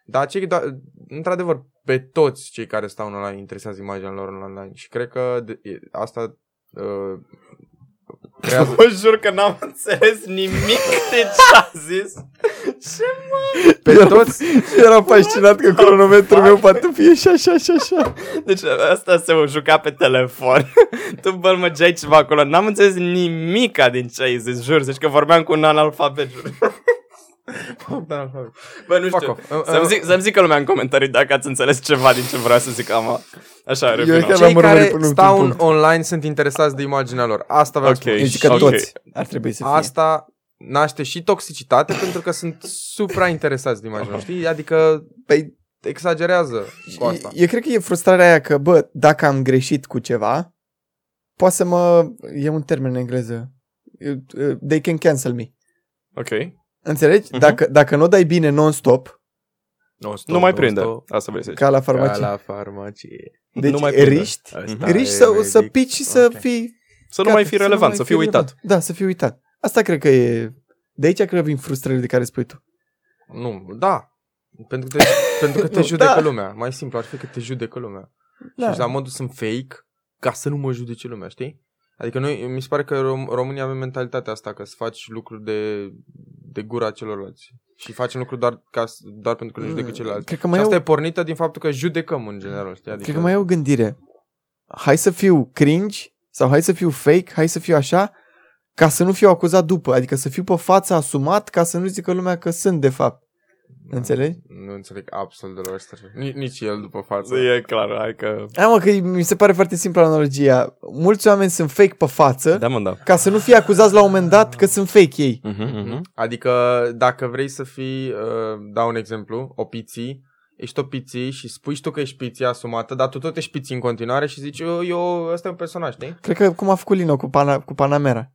S2: Dar cei, da, într-adevăr, pe toți cei care stau în online interesează imaginea lor în online și cred că de, e- asta uh, creează...
S3: Vă jur că n-am înțeles nimic de ce a zis.
S2: Pe
S1: Era-
S2: toți,
S1: <laughs> Eram fascinat că cronometrul meu poate fi și așa și așa.
S3: Deci asta se juca pe telefon. <laughs> tu bălmăgeai ceva <laughs> acolo. N-am înțeles nimica din ce ai zis, jur. Zici că vorbeam cu un analfabet, jur.
S2: Da, da,
S3: Bă, <laughs> nu
S2: Fuck
S3: știu.
S2: off. Uh,
S3: Să-mi
S2: uh,
S3: zic, să-mi zică lumea în comentarii dacă ați înțeles ceva din ce vreau să zic ama. Așa,
S1: Eu
S3: revină.
S1: chiar
S2: Cei
S1: l-am
S2: care
S1: urmărit până
S2: stau
S1: într-un
S2: în
S1: punct.
S2: online sunt interesați de imaginea lor. Asta vreau
S3: Ok.
S2: okay.
S1: Eu Deci zic că
S3: Ok.
S1: toți ar trebui să fie.
S2: Asta naște și toxicitate pentru că sunt supra interesați de imaginea, lor, știi? Adică
S1: Păi,
S2: exagerează cu asta.
S1: Eu cred că e frustrarea aia că, bă, dacă am greșit cu ceva, poate să mă... E un termen în engleză. Eu- eu- They can cancel me.
S3: Ok.
S1: Înțelegi?
S3: Mhm.
S1: Dacă, dacă nu o dai bine non-stop,
S3: Nu mai prinde. Asta vrei să zici.
S1: ca la farmacie,
S2: la farmacie.
S1: deci
S3: nu mai prinde.
S1: riști,
S3: Asta
S2: Da,
S1: riști
S2: e
S1: să, să
S2: medic.
S1: pici și să
S2: Ok.
S1: fii
S3: Să nu
S1: Gata,
S3: mai fi relevant, să
S1: mai
S3: fii uitat.
S1: relevant. Da, să fii uitat. Asta cred că e... De aici cred că vin frustrările de care spui tu.
S2: Nu, da. Pentru că te, pentru că te
S1: Nu,
S2: judecă
S1: da.
S2: lumea. Mai simplu ar fi că te judecă lumea. Da.
S1: Da.
S2: Și la modul sunt fake ca să nu mă judece lumea, știi? Adică noi, mi se pare că rom- România avem mentalitatea asta, că să faci lucruri de, de gura celorlalți. Și facem lucruri doar, ca, s- doar pentru că ne
S1: Mm.
S2: judecă ceilalți.
S1: Cred că
S2: Și
S1: mai,
S2: asta
S1: e,
S2: e pornită din faptul că judecăm în general, știi? Adică,
S1: cred că mai e o gândire. Hai să fiu cringe sau hai să fiu fake, hai să fiu așa, ca să nu fiu acuzat după. Adică să fiu pe față asumat ca să nu zică lumea că sunt de fapt.
S2: Da.
S1: Înțelegi?
S2: Nu înțeleg absolut deloc asta. Nici, nici el după față.
S3: E clar, hai că...
S1: Hai mă, că mi se pare foarte simplă analogia. Mulți oameni sunt fake pe față da.
S3: Da, mă, da.
S1: ca să nu fie acuzați la un moment dat că sunt fake ei.
S3: Mhm,
S2: Adică dacă vrei să fii, uh, dau un exemplu, o piții, ești o piții și spui și tu că ești piții asumată, dar tu tot ești piții în continuare și zici, eu, eu ăsta e un personaj, știi?
S1: Cred că cum a făcut Lino cu, pana, cu Panamera.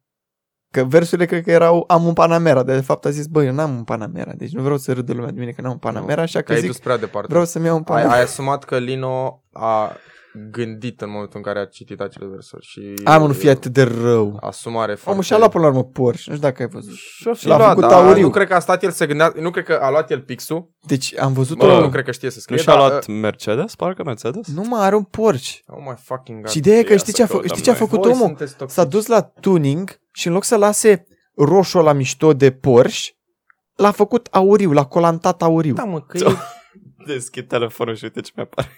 S1: Că versurile cred că erau am un Panamera, dar de fapt a zis, băi, eu n-am un Panamera, deci nu vreau să râdă lumea de mine că n-am un Panamera, așa
S2: Că
S1: că
S2: ai
S1: zic,
S2: dus prea departe.
S1: vreau să-mi iau un
S2: ai,
S1: Panamera.
S2: ai asumat că Lino a gândit în momentul în care a citit acele versuri și...
S1: Am nu fie atât de rău.
S2: Asumare foarte...
S1: Omul și-a luat până la urmă Porsche, nu știu dacă ai văzut.
S2: Și-o fi
S1: L-a
S2: luat,
S1: făcut
S2: dar
S1: auriu.
S2: Nu cred că a stat el să gândea, nu cred că a luat el pixul,
S1: Deci am văzut-o,
S2: Bă,
S3: Bă,
S2: nu cred că știe să scrie,
S3: Nu
S1: da,
S3: și-a
S2: dar, uh,
S3: luat Mercedes? Parcă Mercedes?
S1: nu mă, are un Porsche.
S2: Oh my fucking god.
S1: Și ideea e că
S3: ia
S1: știi
S3: să
S1: ce a, fă,
S3: căutăm
S1: știi ce a
S3: noi.
S1: făcut
S2: Voi
S1: omul?
S2: sunteți toxici.
S1: S-a dus la tuning și în loc să lase roșu la mișto de Porsche, l-a făcut auriu, l-a colantat auriu.
S2: Da, mă, că
S3: Ți-o-
S2: e
S3: Deschid telefonul și uite ce mi-apare.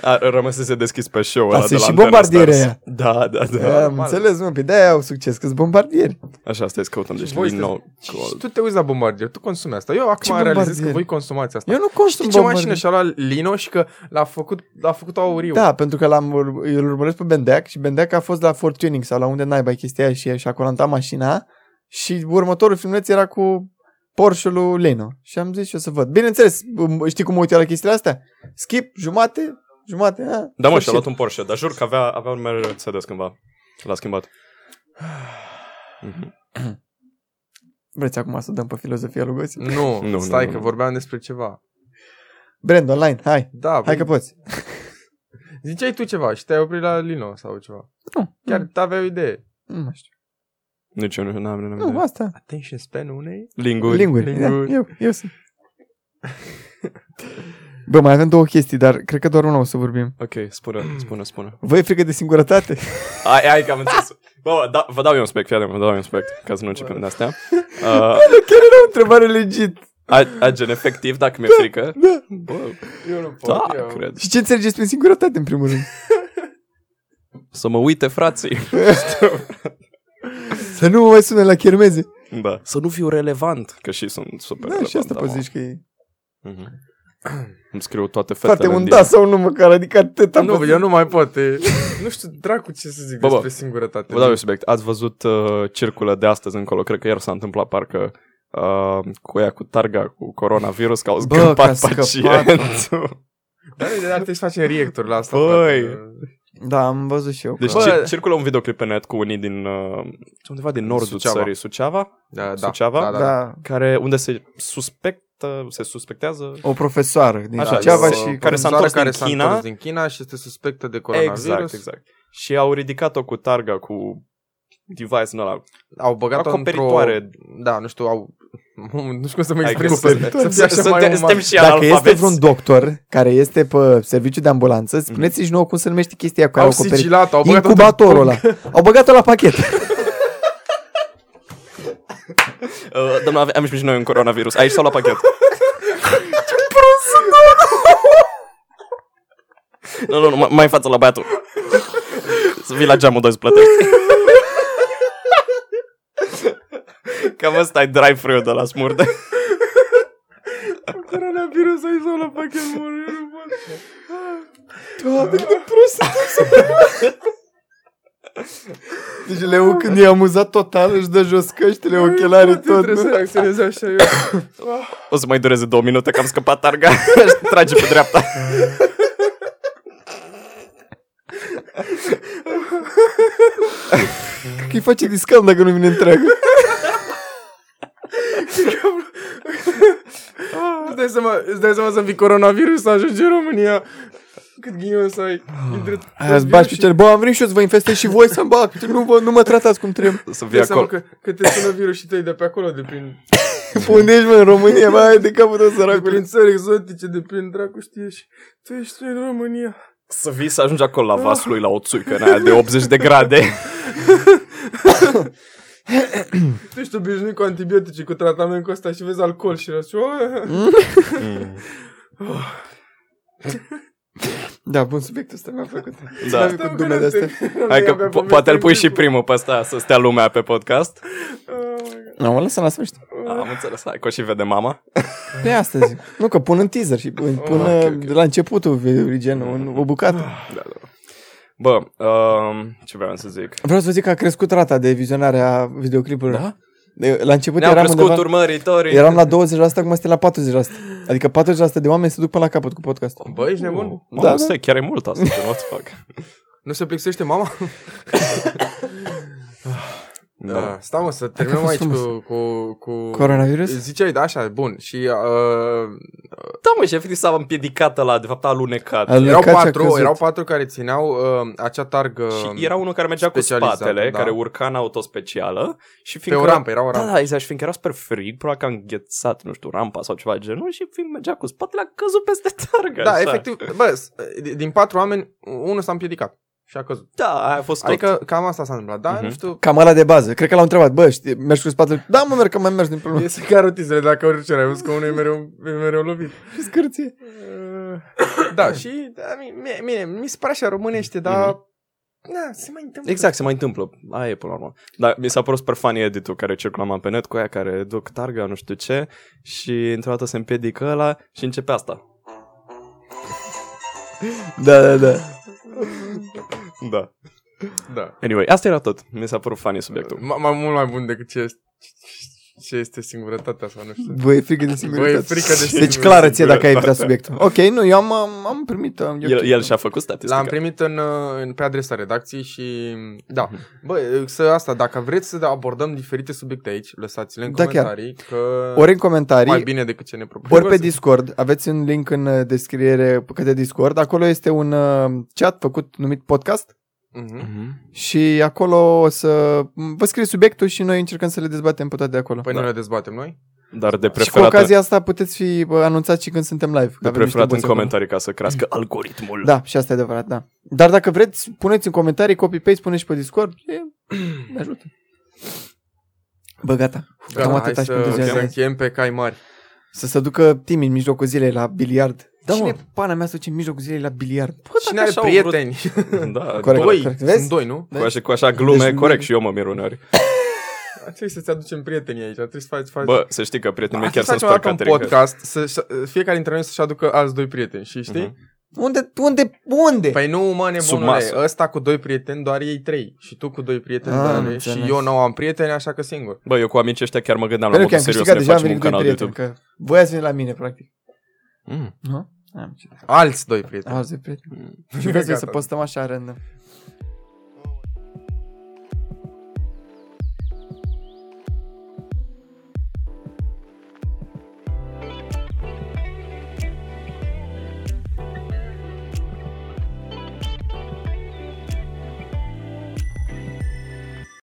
S3: A, rămăsese deschis pe show
S1: Dar
S3: ăla de
S1: sunt
S3: la
S1: și
S3: Antena
S1: bombardierea
S3: Stars.
S1: aia.
S3: Da, da, da.
S1: Am
S2: normal.
S1: înțeles, mă, pe de-aia au succes, că bombardieri.
S3: Așa, stai să căutăm. Deci,
S2: Și voi
S3: din nou...
S2: sunteți- Și tu te uiți la bombardier, tu consumi asta. Eu acum
S1: bombardier?
S2: realizez că voi consumați asta.
S1: Eu nu consum
S2: Știi ce mașină
S1: bombardier.
S2: și-a luat Lino și că l-a făcut, l-a făcut auriu.
S1: Da, pentru că l-am, ur- îl urmăresc pe Bendeac și Bendeac a fost la Fortuning sau la unde naiba e chestia aia și și-a colantat mașina și următorul filmuleț era cu Porsche-ul lui Leno. Și am zis și o să văd. Bineînțeles, m- știi cum mă uit eu la chestiile astea? Skip, jumate, jumate. A,
S3: Da, mă,
S1: sfârșit.
S3: și-a luat un Porsche, dar jur că avea, avea un Mercedes cândva. L-a schimbat. Mhm.
S1: Vreți acum să dăm pe filozofia lui Goții?
S2: Nu,
S3: Nu,
S2: nu stai
S3: nu,
S2: că
S3: nu.
S2: vorbeam despre ceva.
S1: Brand online, hai.
S2: Da,
S1: Hai că poți.
S2: ziceai tu ceva și te-ai oprit la Lino sau ceva.
S1: Nu,
S2: Chiar
S1: nu,
S2: aveai o idee.
S1: Mm, nu mai știu.
S3: Nici eu nu am n-am
S1: Nu,
S3: idee.
S1: asta.
S2: Attention span unei.
S3: Linguri.
S1: Linguri.
S2: Linguri.
S1: Da, eu, eu sunt. Bă, mai avem două chestii, dar cred că doar una o să vorbim.
S3: Ok, spune, spune, spune.
S1: Vă e frică de <laughs> singurătate?
S3: Ai, ai, că am înțeles. Bă, da, vă dau eu un spec, fiate, vă dau eu un spec, ca să nu începem de astea. Uh,
S1: Chiar era o întrebare legit.
S3: a, a, gen efectiv, dacă mi-e frică.
S1: Da.
S3: Bă,
S2: <laughs> Eu nu pot.
S3: da,
S2: eu.
S3: cred.
S1: Și ce înțelegeți prin singurătate, în primul rând?
S3: Să mă uite, frații.
S1: <laughs> Să nu mă mai sună la chermeze.
S3: da. Să nu fiu relevant, că și sunt super
S1: Da,
S3: relevant.
S1: și asta poți
S3: mă.
S1: zici că e.
S3: Mhm. <clears throat> Îmi scriu toate fetele
S1: Frate,
S3: în
S1: un da
S3: direct.
S1: sau nu măcar, adică atât am
S2: Nu,
S1: văzut.
S2: eu nu mai pot. e- Nu știu, dracu, ce să zic
S3: Bă, bă,
S2: despre singurătate.
S3: Vă dau eu subiect. Ați văzut uh, circulă de astăzi încolo. Cred că ieri s-a întâmplat parcă uh, cu ea cu targa, cu coronavirus, că au
S1: Bă,
S3: scăpat
S1: că a scăpat.
S3: pacientul.
S2: Dar noi de ar trebui să facem reactor la asta.
S3: Băi.
S2: frate.
S1: Da, am văzut și eu.
S3: <laughs> Deci
S1: că-
S2: Bă.
S3: Bă. circulă un videoclip pe net cu unii din uh, undeva din nordul
S2: Suceava.
S3: țării, Suceava,
S2: Da, da.
S3: Suceava?
S2: Da, da, da.
S1: da,
S3: care unde se suspectă, se suspectează
S1: o profesoară din
S3: Așa,
S1: Suceava
S3: e o-
S1: și...
S3: care s-a întors
S2: da. deci, care
S3: din
S2: s-a
S3: China.
S2: întors din China și este suspectă de coronavirus.
S3: Exact, exact. Și au ridicat-o cu targa, cu device în ăla.
S2: Au băgat-o într-o...
S3: Acoperitoare.
S2: Da, nu știu, au... <laughs> Nu știu cum să mă
S3: Ai
S2: exprim. Să,
S3: acoperit-
S2: să fie așa
S3: Suntem-
S2: mai uman.
S3: Suntem și
S1: Dacă este
S3: analfabeți.
S1: vreun doctor care este pe serviciu de ambulanță, spuneți-și nouă cum se numește chestia cu care
S2: Au
S1: au acoperit.
S2: sigilat, au băgat
S1: Incubatorul ăla. Au băgat-o la pachet.
S3: Uh, Doamna, ave- am și noi un coronavirus. Aici sau la pachet? Nu, nu, nu, mai- mai în față la băiatul. Să vii la geamul 2 să plătești. Cam ăsta e drive-thru de la smurde.
S2: Coronavirus ai zis la fucking mor. eu nu pot.
S1: Doamne, cât de prost sunt Deci Leu când e amuzat total își dă jos căștile, ochelarii
S2: Nu
S1: tot.
S2: Trebuie să
S1: Nu?
S2: reacționez așa eu.
S3: O să mai dureze două minute că am scăpat targa. <laughs> Trage pe dreapta.
S1: <laughs> Că îi face discount dacă nu vine întreagă.
S2: Îți dai seama, îți dai seama să fii coronavirus să ajungi în România. Cât ghinion să ai. Intre-
S3: Ah,
S1: Aia îți bași picioare. Bă, am venit și eu să vă infestez și voi să-mi bag. Deci, Nu, vă, nu mă tratați cum
S2: <laughs>
S1: trebuie.
S3: Să fie
S2: Dai seama
S3: acolo.
S2: că, că te sună virusul tăi de pe acolo, de prin,
S1: Pe unde ești, mă, în România? Mai ai de capul tău,
S2: de
S1: săracul.
S2: prin țări exotice, de prin dracu știe și tu ești în România.
S3: Să vii să ajungi acolo la vasul lui, la o țuică în aia de 80 de grade.
S2: Tu ești obișnuit cu antibiotice, cu tratament cu ăsta și vezi alcool și răci.
S3: Mm,
S1: Da, bun subiectul ăsta mi-a plăcut.
S3: Da.
S1: Mi-a plăcut dumne de
S2: <laughs>
S1: astea.
S3: Hai că po- poate îl pui și primul pe ăsta să stea lumea pe podcast.
S2: Oh
S1: Nu, mă lăsă la sfârșit.
S3: Am înțeles, hai că o și vede mama.
S1: Pe asta zic. Nu, că pun în teaser și pun, pun
S3: ok, ok.
S1: de la începutul gen, un, o bucată.
S3: Da, da. Bă, um, ce vreau să zic?
S1: Vreau să vă zic că a crescut rata de vizionare a videoclipurilor.
S3: Da?
S1: De- La început
S3: Ne-au
S1: eram
S3: crescut
S1: undeva...
S3: urmăritorii.
S1: Eram la 20%, acum suntem la 40%. Adică 40% de oameni se duc până la capăt cu podcastul.
S2: Bă, ești nebun?
S3: Mamă,
S1: Da, da.
S3: stai, chiar e
S2: <laughs>
S3: mult asta, ce nu fac.
S2: Nu se plexește mama?
S3: Da.
S2: stai mă, să
S1: că a
S2: terminăm
S1: fost
S2: aici cu,
S1: frumos.
S2: cu, cu...
S1: Coronavirus?
S2: Ziceai, da, așa, bun. Și uh,
S3: Da, mă, și efectiv s-a împiedicat la de fapt a alunecat.
S1: Alunecat.
S2: erau,
S1: Plecat și a
S2: patru,
S1: căzut.
S2: erau patru care țineau uh, acea targă
S3: Și era unul care mergea cu
S2: specializat,
S3: spatele,
S2: da.
S3: care urca în auto specială și
S2: pe
S3: fiindcă...
S2: o rampă, era o rampă.
S3: Da, da, exact, și fiindcă era super frig, probabil că a înghețat, nu știu, rampa sau ceva de genul și fiind mergea cu spatele, a căzut peste <laughs> targă. exact.
S2: Da,
S3: așa.
S2: efectiv, bă, s- din- din patru oameni, unul s-a împiedicat și a căzut.
S3: Da, aia a fost tot.
S2: Adică cam asta s-a întâmplat, da,
S3: Mhm.
S2: nu știu. <laughs>
S1: Cam ăla de bază. Cred că l-au întrebat, bă, știi, mergi cu spatele? Da, mă, merg, că mai mergi din problemă.
S2: Este ca rotizele, dacă orice ai văzut că unul e mereu, e mereu lovit.
S1: Și scârție.
S2: Uh, <coughs> Da, și da, mi- mie, mie, mi se pare așa românește, dar... Da, se mai întâmplă.
S3: Exact, se mai întâmplă. Aia e până la urmă. Dar mi s-a părut super funny editul care circulam pe net cu aia care duc targa, nu știu ce, și într-o dată se împiedică ăla și începe asta.
S1: Da, da, da.
S3: Da.
S2: Da.
S3: Anyway, asta era tot. Mi s-a părut funny subiectul.
S2: Mai, mai mult mai bun decât ce este, ce este singurătatea sau nu știu.
S1: Bă, e frică de singuritate.
S2: Bă, e frică de
S1: Deci
S2: singurătate.
S1: clară ție dacă ai evitat subiectul. Ok, nu, eu am, am, am primit. Am,
S3: El, el și-a făcut statistica.
S2: L-am primit în, uh, în, pe adresa redacției și da. Bă, să asta, dacă vreți să abordăm diferite subiecte aici, lăsați-le în
S1: Da, chiar.
S2: comentarii că
S1: Ori în
S2: mai
S1: comentarii,
S2: bine decât ce ne propunem.
S1: ori pe Discord, aveți un link în uh, descriere către Discord. Acolo este un uh, chat făcut numit podcast
S2: Mhm.
S1: și acolo o să m, vă scrie subiectul și noi încercăm să le dezbatem pe toate de acolo.
S2: Păi
S3: Da.
S2: nu le dezbatem noi?
S3: Dar de
S1: și cu
S3: preferat,
S1: ocazia Da, asta puteți fi bă, anunțați și când suntem live. că
S3: de
S1: avem niște
S3: preferat în
S1: boți acolo.
S3: comentarii ca să crească algoritmul.
S1: Da, și asta e adevărat, da. Dar dacă vreți, puneți în comentarii, copy-paste, puneți și <clears throat> pe Discord. E... Ne ajută. Bă, gata. Cam
S2: Gata, hai
S1: atâta și pentru
S2: să,
S1: ziua
S2: să
S1: de azi.
S2: încheiem pe cai mari.
S1: Să se ducă Timi în mijlocul zilei la biliard.
S3: Da,
S1: Da,
S3: mă.
S1: Cine pana mea să duce în mijlocul zilei la biliard?
S3: Bă,
S2: Cine
S3: dacă
S2: are
S3: așa au
S2: prieteni?
S3: Vrut... Da,
S1: <laughs> Corect.
S3: doi.
S2: Doi.
S1: corect. Vezi?
S2: Sunt doi, nu?
S3: Cu așa, cu așa glume,
S1: Deci nu-
S3: corect, și eu mă mir uneori.
S2: Trebuie să-ți aducem prietenii aici. Trebuie să faci... faci...
S3: Bă, să știi că prietenii mei
S2: Hai
S3: chiar
S2: să
S3: sunt
S2: facem o
S3: super
S2: dată un
S3: caterincă.
S2: podcast, să, fiecare dintre noi să-și aducă alți doi prieteni, și știi?
S3: Mhm.
S1: Unde, unde, unde?
S2: Păi nu, mă,
S3: Sub
S2: nebunule,
S3: masă.
S2: ăsta cu doi prieteni, doar ei trei. Și tu cu doi prieteni,
S1: Ah,
S2: doar ei.
S1: înțeles.
S2: Și eu nu am prieteni, așa că singur.
S3: Bă, eu cu amicii ăștia chiar mă gândeam la
S1: Pentru că
S3: modul
S1: am
S3: serios
S1: câștigat
S3: să ne
S1: deja, am
S3: facem un
S1: venit cu doi
S3: canal de
S1: prieteni,
S3: YouTube.
S1: că voi ați venit la mine, practic.
S3: Mm.
S1: Nu? Am Mm. început.
S2: Alți doi prieteni.
S1: Alți doi prieteni. Și vreți
S2: Gata.
S1: să postăm așa rând.